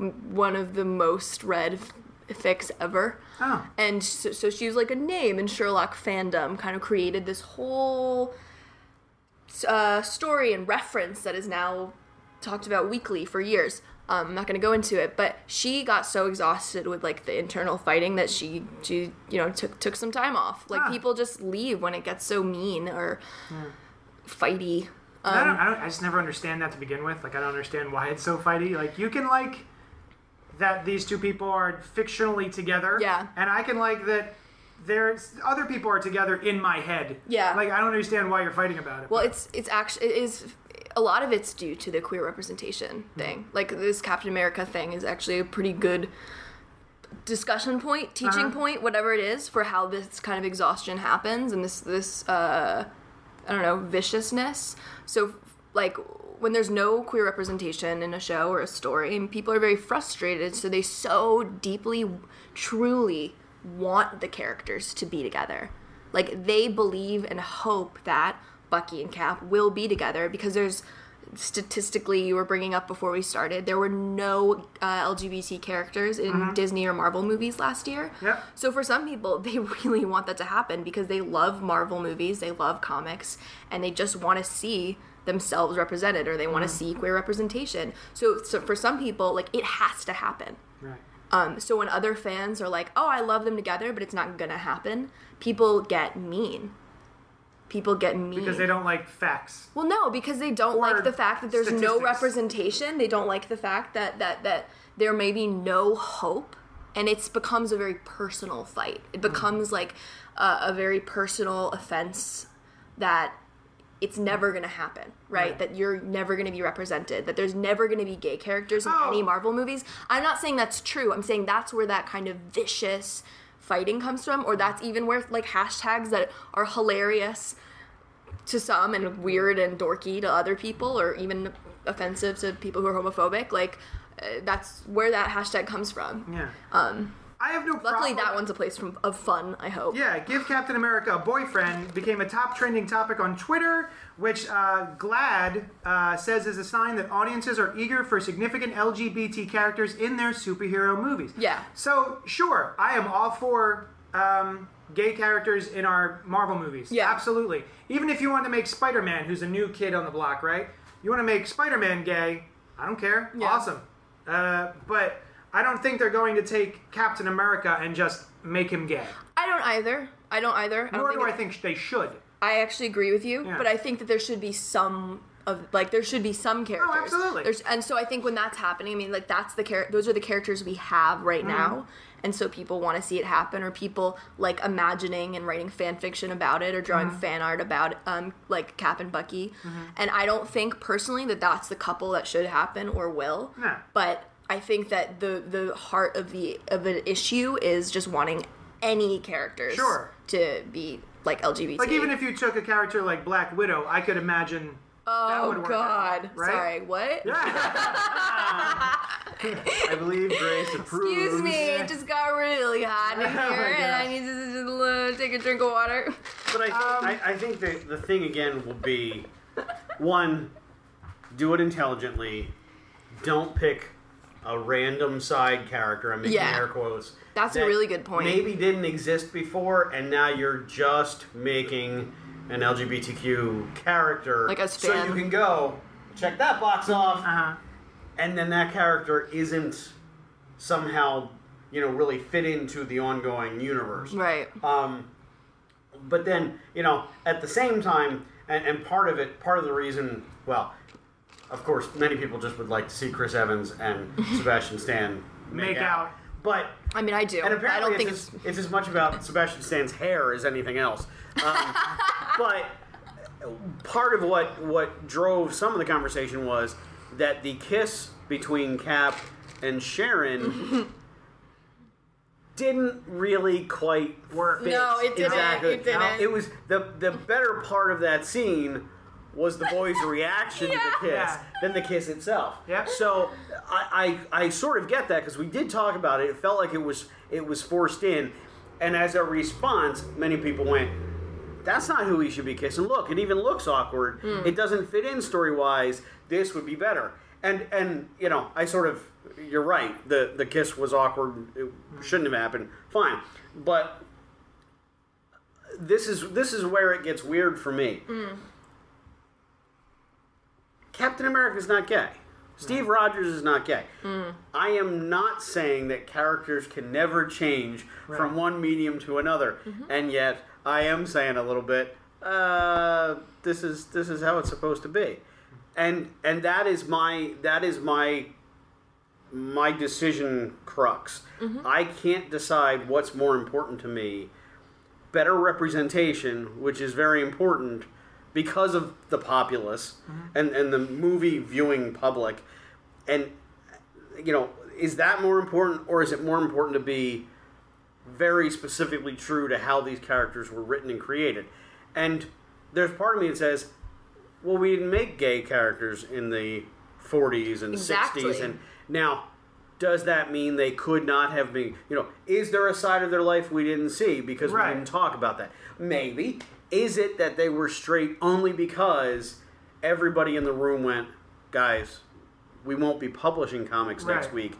G: m- one of the most read f- fics ever.
B: Oh.
G: And so, so she was like a name in Sherlock fandom, kind of created this whole uh, story and reference that is now talked about weekly for years. Um, I'm not going to go into it, but she got so exhausted with like the internal fighting that she, she you know, took took some time off. Like
B: Huh.
G: people just leave when it gets so mean or fighty.
B: I,
G: Um,
B: don't, I, don't, I just never understand that to begin with. Like, I don't understand why it's so fighty. Like, you can like that these two people are fictionally together.
G: Yeah.
B: And I can like that there's other people are together in my head.
G: Yeah.
B: Like, I don't understand why you're fighting about it.
G: Well, it's it's actually it is a lot of it's due to the queer representation thing. Like this Captain America thing is actually a pretty good discussion point, teaching point, whatever it is, for how this kind of exhaustion happens and this this uh, I don't know viciousness. So like when there's no queer representation in a show or a story, and people are very frustrated, so they so deeply, truly want the characters to be together. Like they believe and hope that Bucky and Cap will be together because there's statistically you were bringing up before we started there were no uh, lgbt characters in disney or marvel movies last year
B: Yep.
G: so for some people they really want that to happen because they love marvel movies they love comics and they just want to see themselves represented or they want
B: Mm.
G: to see queer representation so, so for some people like it has to happen
B: right.
G: um, so when other fans are like, "Oh, I love them together, but it's not gonna happen," people get mean. People get mean
B: Because they don't like facts.
G: Well, no, because they don't
B: Or
G: like the fact that there's no
B: statistics.
G: representation. They don't like the fact that that that there may be no hope, and it's becomes a very personal fight. It
B: Hmm.
G: becomes like a, a very personal offense that it's never gonna happen, right? That you're never gonna be represented, that there's never gonna be gay characters in
B: Oh.
G: any Marvel movies. I'm not saying that's true. I'm saying that's where that kind of vicious fighting comes from, or that's even where like hashtags that are hilarious to some and weird and dorky to other people, or even offensive to people who are homophobic. Like uh, that's where that hashtag comes from.
B: Yeah. Um. I have no
G: Luckily,
B: problem.
G: that one's a place from of fun. I hope.
B: Yeah, give Captain America a boyfriend became a top trending topic on Twitter, which uh, Glad uh, says is a sign that audiences are eager for significant LGBT characters in their superhero movies.
G: Yeah.
B: So sure, I am all for um, gay characters in our Marvel movies.
G: Yeah.
B: absolutely. Even if you want to make Spider Man, who's a new kid on the block, right? You want to make Spider Man gay? I don't care.
G: Yeah.
B: Awesome. Uh, but I don't think they're going to take Captain America and just make him gay.
G: I don't either. I don't either.
B: Nor
G: I don't
B: do I
G: it-
B: think they should.
G: I actually agree with you,
B: Yeah.
G: but I think that there should be some of like there should be some characters.
B: Oh, absolutely.
G: There's, and so I think when that's happening, I mean, like that's the char- those are the characters we have right
B: Mm-hmm.
G: now, and so people want to see it happen, or people like imagining and writing fan fiction about it, or drawing
B: Mm-hmm.
G: fan art about um like Cap and Bucky. And I don't think personally that that's the couple that should happen or will.
B: No.
G: But I think that the the heart of the of an issue is just wanting any characters
B: Sure.
G: to be like LGBT.
B: Like even if you took a character like Black Widow, I could imagine. that
G: Oh
B: would work
G: God!
B: out, right?
G: Sorry, what?
B: Yeah.
H: I believe Grace approves.
G: Excuse me, it just got really hot
H: Oh,
G: in here,
B: my
G: and I
B: gosh.
G: need to just uh, take a drink of water.
H: But I,
G: Um,
H: I, I think the, the thing again will be one, do it intelligently. Don't pick a random side character. I'm making
G: Yeah.
H: air quotes.
G: That's a
H: that
G: really good point.
H: Maybe didn't exist before, and now you're just making an LGBTQ character.
G: Like a
H: So
G: fan.
H: you can go check that box off,
B: Uh-huh.
H: and then that character isn't somehow, you know, really fit into the ongoing universe.
G: Right.
H: Um, but then, you know, at the same time, and, and part of it, part of the reason, well, of course, many people just would like to see Chris Evans and Sebastian Stan
B: Make
H: make,
B: out.
H: out. But,
G: I mean, I do.
H: and
G: I
H: apparently
G: don't think
H: it's,
G: it's.
H: as, it's as much about Sebastian Stan's hair as anything else. Um, but part of what, what drove some of the conversation was that the kiss between Cap and Sharon didn't really quite
B: Work.
H: fit
G: No, it didn't.
H: Exactly.
G: It didn't.
H: No, It was the the better part of that scene was the boy's reaction to the kiss
B: Yeah.
H: than the kiss itself.
B: Yeah.
H: So I, I I sort of get that because we did talk about it. It felt like it was it was forced in, and as a response, many people went. That's not who he should be kissing. Look, it even looks awkward.
B: Hmm.
H: It doesn't fit in story wise. This would be better. And and you know, I sort of you're right. The the kiss was awkward. It shouldn't have happened. Fine, but this is this is where it gets
B: Hmm.
H: weird for me. Captain America's not gay. Steve Rogers is not gay. I am not saying that characters can never change
B: Right.
H: from one medium to another, and yet I am saying a little bit. Uh, this is this is how it's supposed to be, and and that is my that is my my decision crux. I can't decide what's more important to me. Better representation, which is very important because of the populace and, and the movie viewing public. And, you know, is that more important or is it more important to be very specifically true to how these characters were written and created? And there's part of me that says, well, we didn't make gay characters in the 40s and
G: Exactly.
H: 60s and now, does that mean they could not have been? You know, is there a side of their life we didn't see because
B: Right.
H: we didn't talk about that? Maybe. Is it that they were straight only because everybody in the room went, guys, we won't be publishing comics next
B: Right.
H: week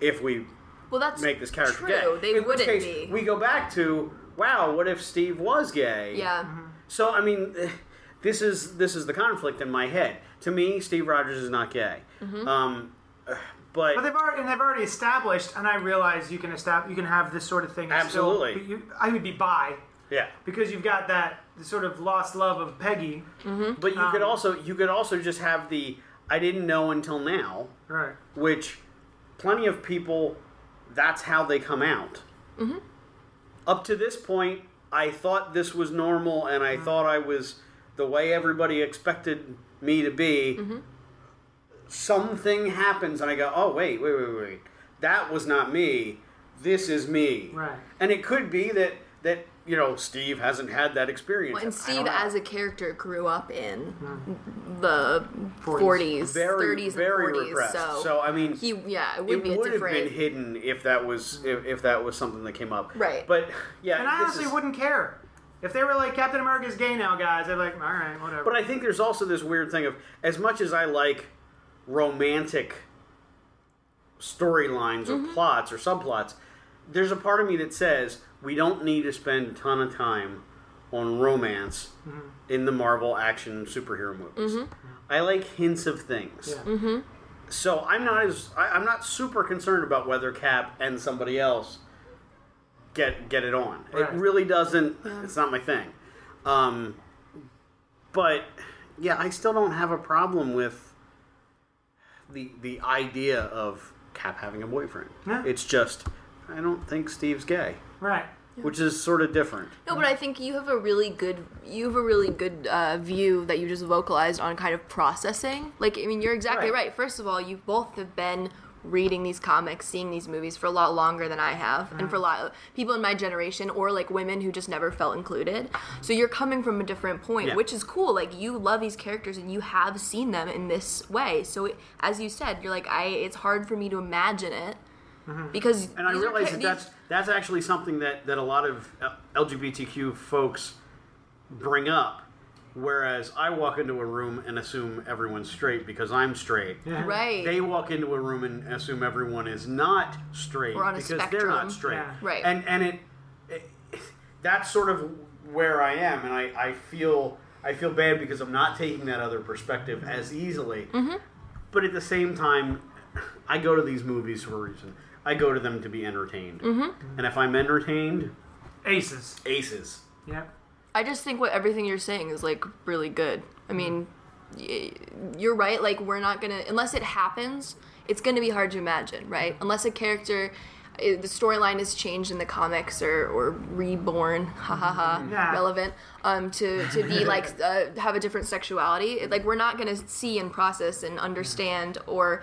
H: if we
G: Well, that's
H: make this character
G: true.
H: gay?
G: They
H: in which
G: wouldn't
H: case,
G: be.
H: We go back to, wow, what if Steve was gay?
G: yeah.
H: So I mean, this is this is the conflict in my head. To me, Steve Rogers is not gay.
G: Mm-hmm.
H: Um, but,
B: But they've already and they've already established, and I realize you can establish, you can have this sort of thing. and still-
H: Absolutely.
B: but you, I would be bi
H: yeah,
B: because you've got that sort of lost love of Peggy.
G: Mm-hmm.
H: but you
G: Um,
H: could also you could also just have the I didn't know until now,
B: Right.
H: which plenty of people that's how they come out.
G: Mm-hmm.
H: Up to this point, I thought this was normal, and
G: Mm-hmm.
H: I thought I was the way everybody expected me to be.
G: Mm-hmm.
H: Something happens, and I go, "Oh wait, wait, wait, wait! That was not me. This is me."
B: Right.
H: And it could be that that you know Steve hasn't had that experience.
G: Well, and
H: I don't
G: Steve,
H: know. Mm-hmm.
G: as a character, grew up in the 40s,
H: very,
G: 30s, and
H: very
G: 40s.
H: repressed.
G: So,
H: I mean,
G: he, yeah, it would
H: it
G: be a
H: would have
G: different.
H: been hidden if that was if, if that was something that came up.
G: Right.
H: But yeah,
B: And I
H: this
B: honestly
H: is-
B: wouldn't care if they were like Captain America's gay now, guys. I'd be like, all right, whatever.
H: But I think there's also this weird thing of as much as I like romantic storylines or
G: Mm-hmm.
H: plots or subplots, there's a part of me that says we don't need to spend a ton of time on romance
B: Mm-hmm.
H: in the Marvel action superhero movies. I like hints of things. So I'm not as I, I'm not super concerned about whether Cap and somebody else get get it on.
B: Right.
H: It really doesn't. It's not my thing. Um, but yeah, I still don't have a problem with the the idea of Cap having a boyfriend.
B: Yeah.
H: It's just I don't think Steve's gay,
B: right.
H: which is sort of different.
G: No, but I think you have a really good you have a really good uh, view that you just vocalized on kind of processing. Like, I mean, you're exactly
H: Right.
G: right. First of all, you both have been reading these comics, seeing these movies for a lot longer than I have, and for a lot of people in my generation or like women who just never felt included. So you're coming from a different point,
H: Yeah.
G: which is cool. Like you love these characters and you have seen them in this way. So it, as you said, you're like I. It's hard for me to imagine it. Because
H: Mm-hmm. And I
G: these are
H: realize
G: cha-
H: that
G: these-
H: that's that's actually something that that a lot of uh, LGBTQ folks bring up. Whereas I walk into a room and assume everyone's straight because I'm straight.
G: right.
H: They walk into a room and assume everyone is not straight
G: Or on a
H: because they're
G: spectrum.
H: not straight.
B: Yeah.
G: Right.
H: And and it, it that's sort of where I am, and I, I feel I feel bad because I'm not taking that other perspective as easily.
G: Mm-hmm.
H: But at the same time, I go to these movies for a reason. I go to them to be entertained,
G: Mm-hmm.
H: and if I'm entertained,
B: Aces.
H: aces.
B: Yep.
G: I just think what everything you're saying is like really good. I mean, y- you're right. Like we're not gonna unless it happens, it's gonna be hard to imagine, right? Unless a character, i- the storyline is changed in the comics or or reborn, ha ha ha,
B: Yeah.
G: relevant, um, to to be like uh, have a different sexuality. It- Like we're not gonna see and process and understand or.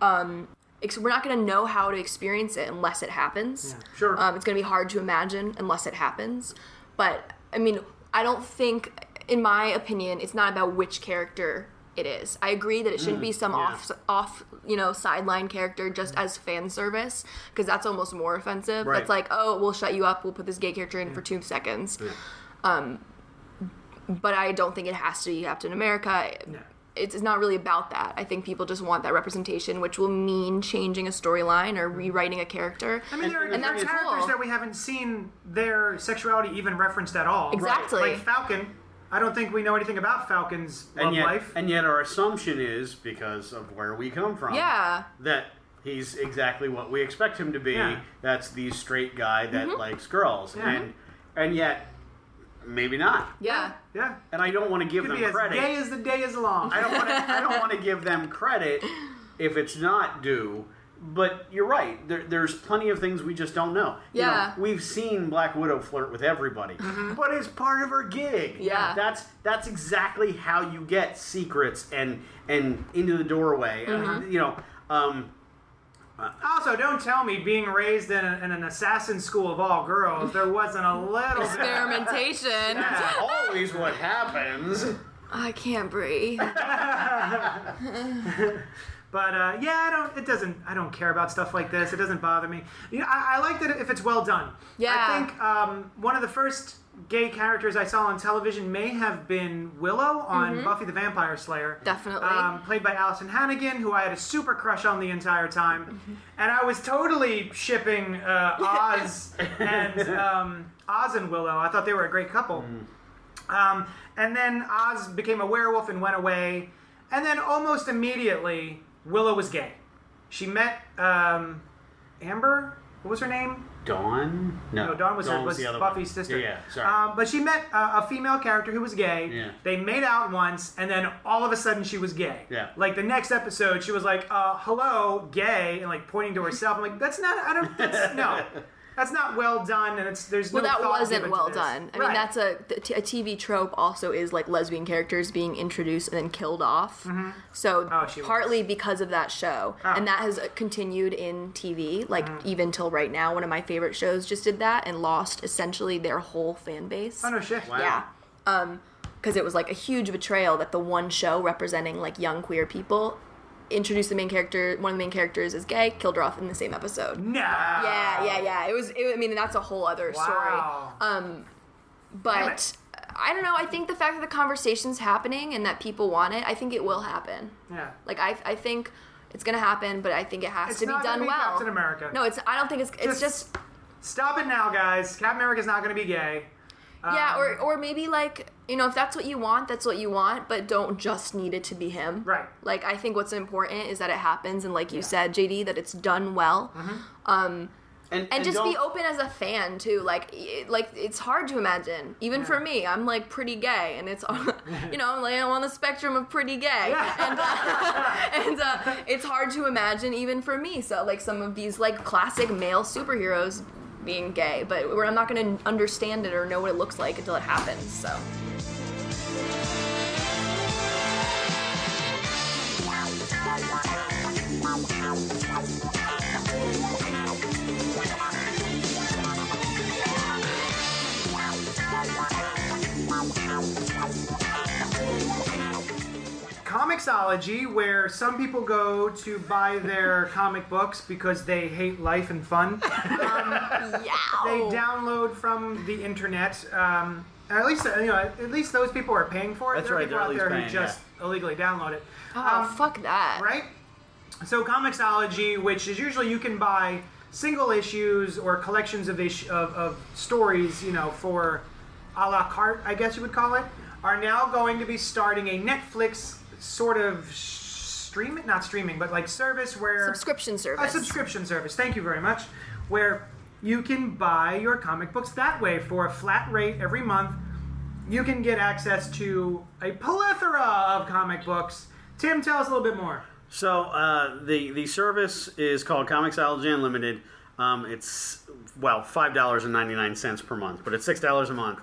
G: Um, ex- we're not going to know how to experience it unless it happens.
H: Sure.
G: Um, it's going to be hard to imagine unless it happens. But I mean, I don't think, in my opinion, it's not about which character it is. I agree that it shouldn't be some off, off, you know, sideline character just as fan service because that's almost more offensive.
H: Right.
G: That's like, oh, we'll shut you up. We'll put this gay character in for two seconds. Um, but I don't think it has to be Captain America. It's it's not really about that. I think people just want that representation, which will mean changing a storyline or rewriting a character.
B: I mean, there are
H: And
B: there are
G: that's
B: characters
G: cool.
B: that we haven't seen their sexuality even referenced at all.
G: Exactly.
B: Like Falcon I don't think we know anything about Falcon's love
H: and yet,
B: life.
H: and yet our assumption is because of where we come from.
G: Yeah.
H: That he's exactly what we expect him to be.
B: Yeah. Mm-hmm.
H: That's the straight guy that likes girls, and and yet maybe not.
G: Yeah.
B: yeah,
H: And I don't want to give
B: could
H: them
B: be as
H: credit.
B: gay as the day is long.
H: I don't want to. I don't want to give them credit if it's not due. But you're right. There, there's plenty of things we just don't know. You know,
G: Yeah.
H: we've seen Black Widow flirt with everybody,
B: Mm-hmm.
H: but it's part of her gig.
G: Yeah.
H: that's that's exactly how you get secrets and and into the doorway.
B: Mm-hmm.
H: And, you know, um,
B: Also, don't tell me being raised in, a, in an assassin school of all girls, there wasn't a little bit.
G: Experimentation.
H: that's always what happens.
G: I can't breathe.
B: But uh, yeah, I don't. It doesn't. I don't care about stuff like this. It doesn't bother me. You know, I, I like that if it's well done. I
G: Yeah.
B: think um, one of the first gay characters I saw on television may have been Willow on Buffy the Vampire Slayer.
G: Definitely.
B: Um, played by Allison Hannigan, who I had a super crush on the entire time, and I was totally shipping uh, Oz and um, Oz and Willow. I thought they were a great couple. Um, and then Oz became a werewolf and went away. And then almost immediately, Willow was gay. She met um, Amber. What was her name?
H: Dawn? No,
B: No, Dawn was, her, was
H: the other
B: Buffy's
H: one.
B: sister.
H: Yeah, yeah, sorry.
B: Um, but she met uh, a female character who was gay.
H: Yeah.
B: They made out once, and then all of a sudden she was gay.
H: Yeah.
B: Like the next episode, she was like, uh, "Hello, gay," and like pointing to herself. I'm like, "That's not. I don't. That's, no." That's not well done, and it's there's
G: well,
B: no
G: that
B: thought
G: wasn't
B: given to
G: well
B: this.
G: done. I
B: Right.
G: mean, that's a, th- t- a TV trope. Also, is like lesbian characters being introduced and then killed off. So
B: Oh, she was. Oh.
G: partly because of that show, and that has uh, continued in TV, like
B: Mm.
G: even till right now. One of my favorite shows just did that and lost essentially their whole fan base.
B: oh no shit.
G: Yeah. Um, because it was like a huge betrayal that the one show representing like young queer people introduced the main character, one of the main characters is gay, killed her off in the same episode.
B: No.
G: Yeah, yeah, yeah. It was. It, I mean, that's a whole other
B: Wow.
G: story. Um, but I don't know. I think the fact that the conversation's happening and that people want it, I think it will happen.
B: Yeah.
G: Like I, I think it's gonna happen, but I think it has
B: It's
G: to be
B: not gonna
G: done
B: be
G: well.
B: Captain America.
G: No, it's. I don't think it's. It's
B: Just-
G: just,
B: Stop it now, guys. Captain America's not going to be gay.
G: yeah,
B: um,
G: or or maybe like you know if that's what you want, that's what you want, but don't just need it to be him.
B: Right.
G: Like I think what's important is that it happens, and like you said, JD, that it's done well.
B: Mm-hmm.
G: Um. and just be
H: don't-
G: open as a fan too like it, like it's hard to imagine even for me i'm like pretty gay and it's you know I'm, like, I'm on the spectrum of pretty gay and, uh, and uh, it's hard to imagine even for me so like some of these like classic male superheroes being gay but we're, i'm not going to understand it or know what it looks like until it happens so
B: Comixology, where some people go to buy their comic books because they hate life and fun. They
G: yeah
B: download from the internet. Um, and at least you know, at least those people are paying for it.
H: That's
B: there are
H: right,
B: people
H: they're
B: out
H: at least
B: there who
H: paying,
B: just illegally download it.
G: oh
B: Um,
G: fuck that
B: right? So Comixology, which is usually you can buy single issues or collections of, ish- of, of stories, you know, for a la carte, I guess you would call it, are now going to be starting a Netflix sort of stream, not streaming, but like service where
G: subscription
B: a
G: service
B: subscription service. Thank you very much. Where you can buy your comic books that way for a flat rate every month. You can get access to a plethora of comic books. Tim, tell us a little bit more.
H: So uh, the the service is called Comicsology Unlimited. Um, it's well five dollars and ninety nine cents per month, but it's six dollars a month.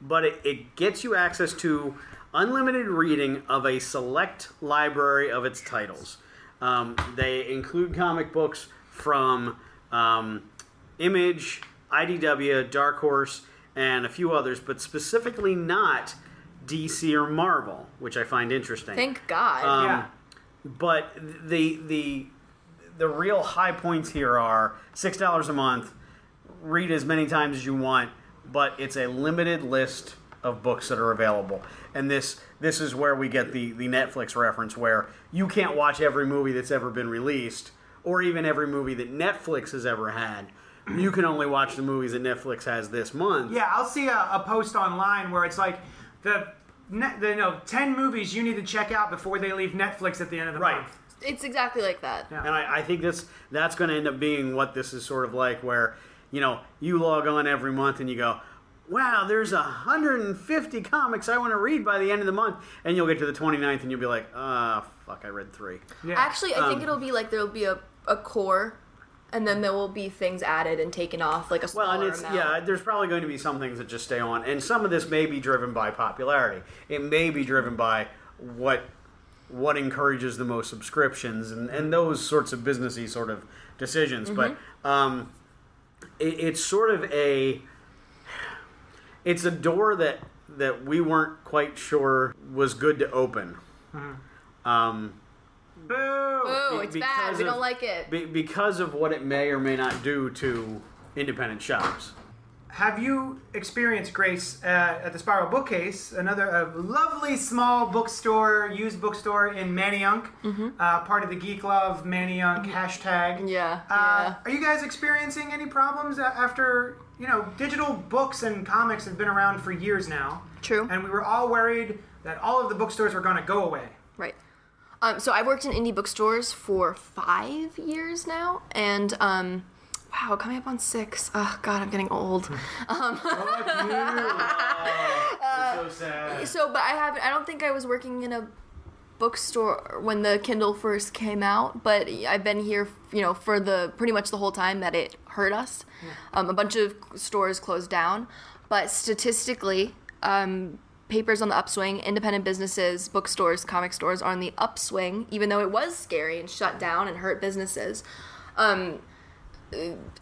H: But it, it gets you access to unlimited reading of a select library of its titles. Um, they include comic books from um, Image, IDW, Dark Horse, and a few others, but specifically not DC or Marvel, which I find interesting
G: thank god
B: yeah.
H: Um, but the the the real high points here are six dollars a month. Read as many times as you want, but it's a limited list of books that are available. And this this is where we get the the Netflix reference, where you can't watch every movie that's ever been released, or even every movie that Netflix has ever had. You can only watch the movies that Netflix has this month.
B: Yeah, I'll see a, a post online where it's like the ne- the, no, 10 movies you need to check out before they leave Netflix at the end of the
H: Right.
B: month.
G: It's exactly like that.
B: Yeah.
H: And I, I think that's that's going to end up being what this is sort of like, where you know you log on every month and you go, "Wow, there's 150 comics I want to read by the end of the month," and you'll get to the 29th and you'll be like, "Ah, fuck, I read three.
B: Yeah.
G: Actually, I
H: um,
G: think it'll be like there'll be a, a core, and then there will be things added and taken off, like a smaller
H: Well, and it's
G: amount.
H: yeah, there's probably going to be some things that just stay on, and some of this may be driven by popularity. It may be driven by what what encourages the most subscriptions and, and those sorts of businessy sort of decisions. But um, it, it's sort of a it's a door that that we weren't quite sure was good to open. Um,
G: Boo,
H: Be-
G: Oh, it's bad.
H: because
G: We
H: of-
G: don't like it.
H: be, because of what it may or may not do to independent shops.
B: Have you experienced Grace uh, at, at the Spiral Bookcase, another uh, lovely small bookstore, used bookstore in Maniunk, uh, part of the Geek Love Maniunk hashtag?
G: Mm-hmm. yeah.
B: Uh,
G: yeah.
B: Are you guys experiencing any problems a- after you know digital books and comics have been around for years now?
G: True.
B: And we were all worried that all of the bookstores were going to go away.
G: Right. Um, so I worked in indie bookstores for five years now, and um, wow, coming up on six. Oh God, I'm getting old.
H: so sad.
G: So, but I haven't. I don't think I was working in a bookstore when the Kindle first came out. But I've been here, you know, for the pretty much the whole time that it hurt us. Um, a bunch of stores closed down, but statistically, um, papers on the upswing. Independent businesses, bookstores, comic stores are on the upswing, even though it was scary and shut down and hurt businesses. Um,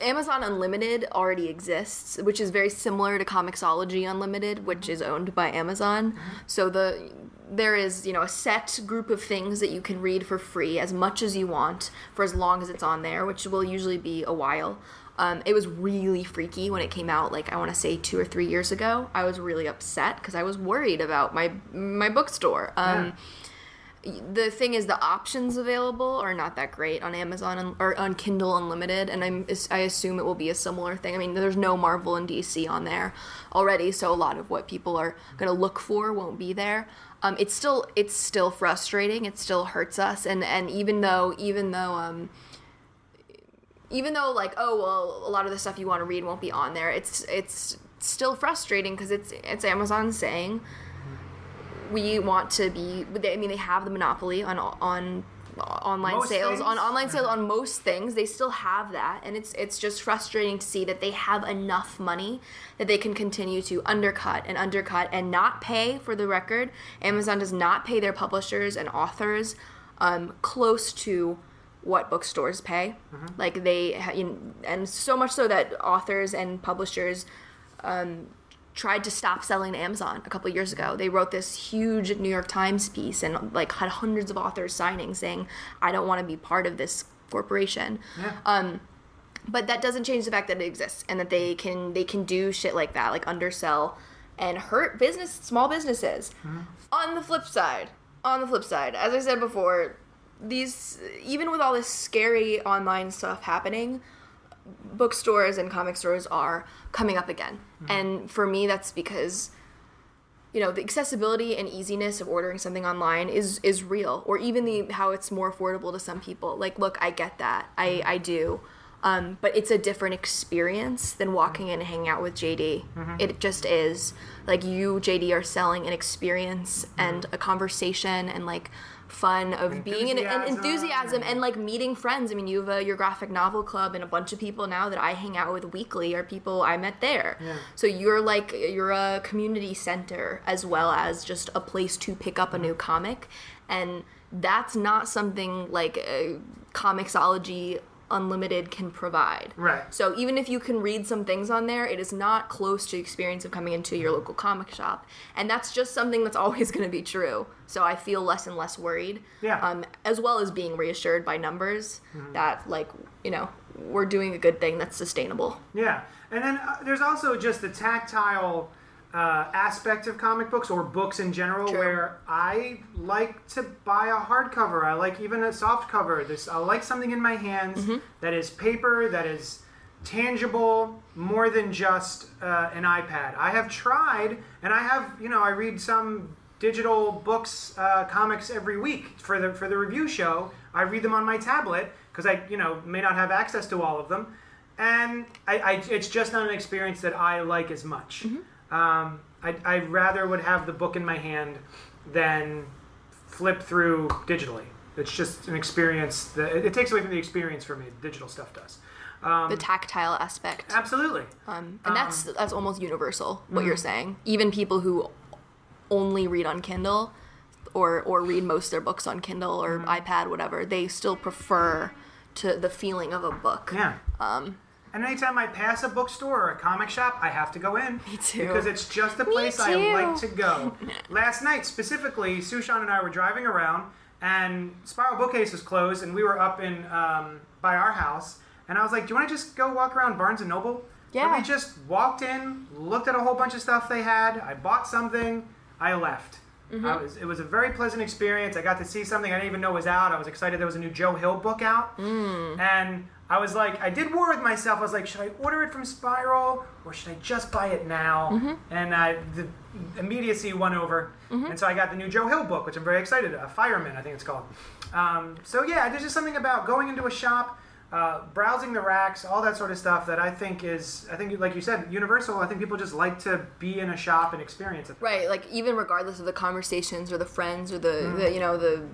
G: Amazon Unlimited already exists, which is very similar to Comixology Unlimited, which is owned by Amazon. So the there is, you know, a set group of things that you can read for free as much as you want for as long as it's on there, which will usually be a while. Um, it was really freaky when it came out, like I want to say two or three years ago. I was really upset because I was worried about my my bookstore. Um, the thing is the options available are not that great on Amazon un- or on Kindle Unlimited, and I'm I assume it will be a similar thing. I mean, there's no Marvel and DC on there already, so a lot of what people are gonna look for won't be there. Um, it's still it's still frustrating. It still hurts us, and and even though even though um, even though like oh well a lot of the stuff you want to read won't be on there, it's it's still frustrating because it's it's Amazon saying we want to be they, i mean they have the monopoly on on online
B: Most
G: sales on
B: things? Uh-huh.
G: online sales on most things they still have that and it's it's just frustrating to see that they have enough money that they can continue to undercut and undercut and not pay for the record amazon does not pay their publishers and authors um, close to what bookstores pay
B: Mm-hmm.
G: like they ha- you know, and so much so that authors and publishers tried to stop selling to Amazon a couple years ago. They wrote this huge New York Times piece and like had hundreds of authors signing saying, "I don't want to be part of this corporation." Um, but that doesn't change the fact that it exists and that they can they can do shit like that, like undersell and hurt business small businesses. On the flip side, on the flip side, as I said before, these even with all this scary online stuff happening, bookstores and comic stores are coming up again. And for me, that's because you know the accessibility and easiness of ordering something online is is real, or even the how it's more affordable to some people. Like, look, I get that, I I do. Um, but it's a different experience than walking in and hanging out with JD. It just is. Like you, JD, are selling an experience and a conversation and like fun of being in and
B: Enthusiasm.
G: enthusiasm and like meeting friends. I mean, you have a, your graphic novel club, and a bunch of people now that I hang out with weekly are people I met there. So you're like you're a community center as well as just a place to pick up a new comic, and that's not something like uh, Comixology Unlimited can provide.
B: Right.
G: So even if you can read some things on there, it is not close to the experience of coming into your local comic shop, and that's just something that's always going to be true. So I feel less and less worried.
B: Yeah.
G: Um, as well as being reassured by numbers that like you know we're doing a good thing that's sustainable.
B: Yeah, and then uh, there's also just the tactile uh, aspect of comic books or books in general,
G: True.
B: where I like to buy a hardcover. I like even a soft cover. This I like something in my hands that is paper that is tangible more than just uh, an iPad. I have tried, and I have you know I read some digital books, uh, comics every week for the for the review show. I read them on my tablet because I you know may not have access to all of them, and I, I it's just not an experience that I like as much. Um, I I rather would have the book in my hand than flip through digitally. It's just an experience that it, it takes away from the experience for me. Digital stuff does.
G: the tactile aspect.
B: Absolutely.
G: Um, and that's that's almost universal what you're saying. Even people who only read on Kindle or or read most of their books on Kindle or iPad whatever, they still prefer to the feeling of a book.
B: Yeah. Um, and anytime I pass a bookstore or a comic shop, I have to go in.
G: Me too.
B: Because it's just a place I
G: too.
B: like to go. Last night, specifically, Sushan and I were driving around, and Spiral Bookcase was closed, and we were up in um, by our house. And I was like, "Do you want to just go walk around Barnes and Noble?" And
G: Yeah.
B: we just walked in, looked at a whole bunch of stuff they had. I bought something. I left.
G: Mm-hmm.
B: I was, it was a very pleasant experience. I got to see something I didn't even know was out. I was excited there was a new Joe Hill book out.
G: Mm-hmm.
B: And I was like, I did war with myself. I was like, should I order it from Spiral or should I just buy it now? And I, the immediacy won over. And so I got the new Joe Hill book, which I'm very excited about. Fireman, I think it's called. Um, so yeah, there's just something about going into a shop, uh, browsing the racks, all that sort of stuff that I think is, I think, like you said, universal. I think people just like to be in a shop and experience it.
G: Right, like even regardless of the conversations or the friends or the, the you know the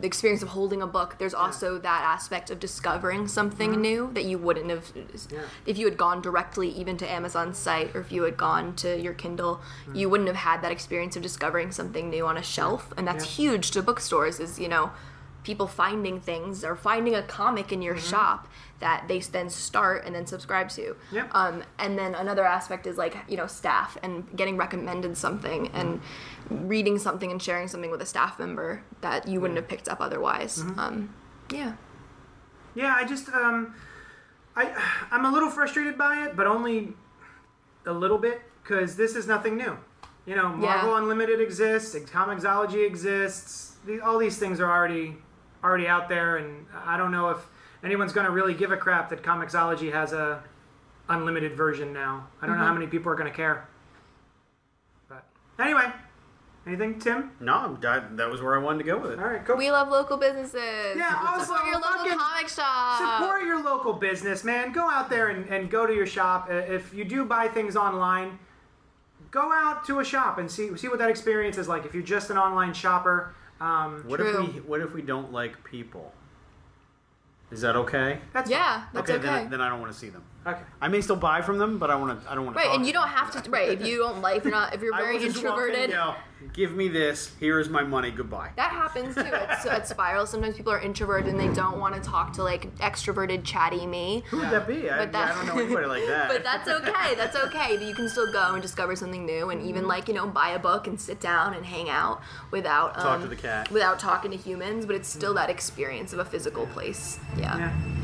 G: the experience of holding a book, there's also that aspect of discovering something new that you wouldn't have if you had gone directly even to Amazon's site or if you had gone to your Kindle, you wouldn't have had that experience of discovering something new on a shelf, and that's huge to bookstores is, you know, people finding things or finding a comic in your shop that they then start and then subscribe to.
B: Yeah.
G: Um, and then another aspect is like you know staff and getting recommended something
H: Mm-hmm.
G: and reading something and sharing something with a staff member that you wouldn't have picked up otherwise.
H: Mm-hmm.
G: Um, yeah.
B: Yeah, I just um, I I'm a little frustrated by it, but only a little bit because this is nothing new. You know, Marvel
G: Yeah.
B: Unlimited exists, Comixology exists. The, all these things are already already out there, and I don't know if anyone's going to really give a crap that Comixology has a unlimited version now. I don't know
G: Mm-hmm.
B: how many people are going to care. But anyway, anything, Tim?
H: No, that, that was where I wanted to go with it.
B: All right, go.
G: We love local businesses.
B: Yeah, also,
G: support your
B: fucking
G: local comic shop.
B: Support your local business, man. Go out there and, and go to your shop. Uh, If you do buy things online, go out to a shop and see see what that experience is like. If you're just an online shopper, um,
H: What
G: True.
H: if we What if we don't like people? Is that okay?
B: that's
G: Yeah, that's okay.
H: Then, I- then I don't want to see them.
B: fine. okay.
H: I may still buy from them, but I want to. I don't want to.
G: Right, and you don't have to. Right, if you don't like, if you're not, if you're
H: I
G: very
H: will just walk in and
G: introverted,
H: go, Give me this. Here is my money. Goodbye.
G: That happens too. It's, at Spiral, sometimes people are introverted and they don't want to talk to like extroverted, chatty me.
H: Who would that be? I,
G: But that-
H: I don't know anybody like that.
G: But that's okay. That's okay. That you can still go and discover something new, and
H: Mm-hmm.
G: even like you know, buy a book and sit down and hang out without um,
H: Talk to the cat. Mm-hmm.
G: without talking to humans. But it's still that experience of a physical place. Yeah.
B: Yeah.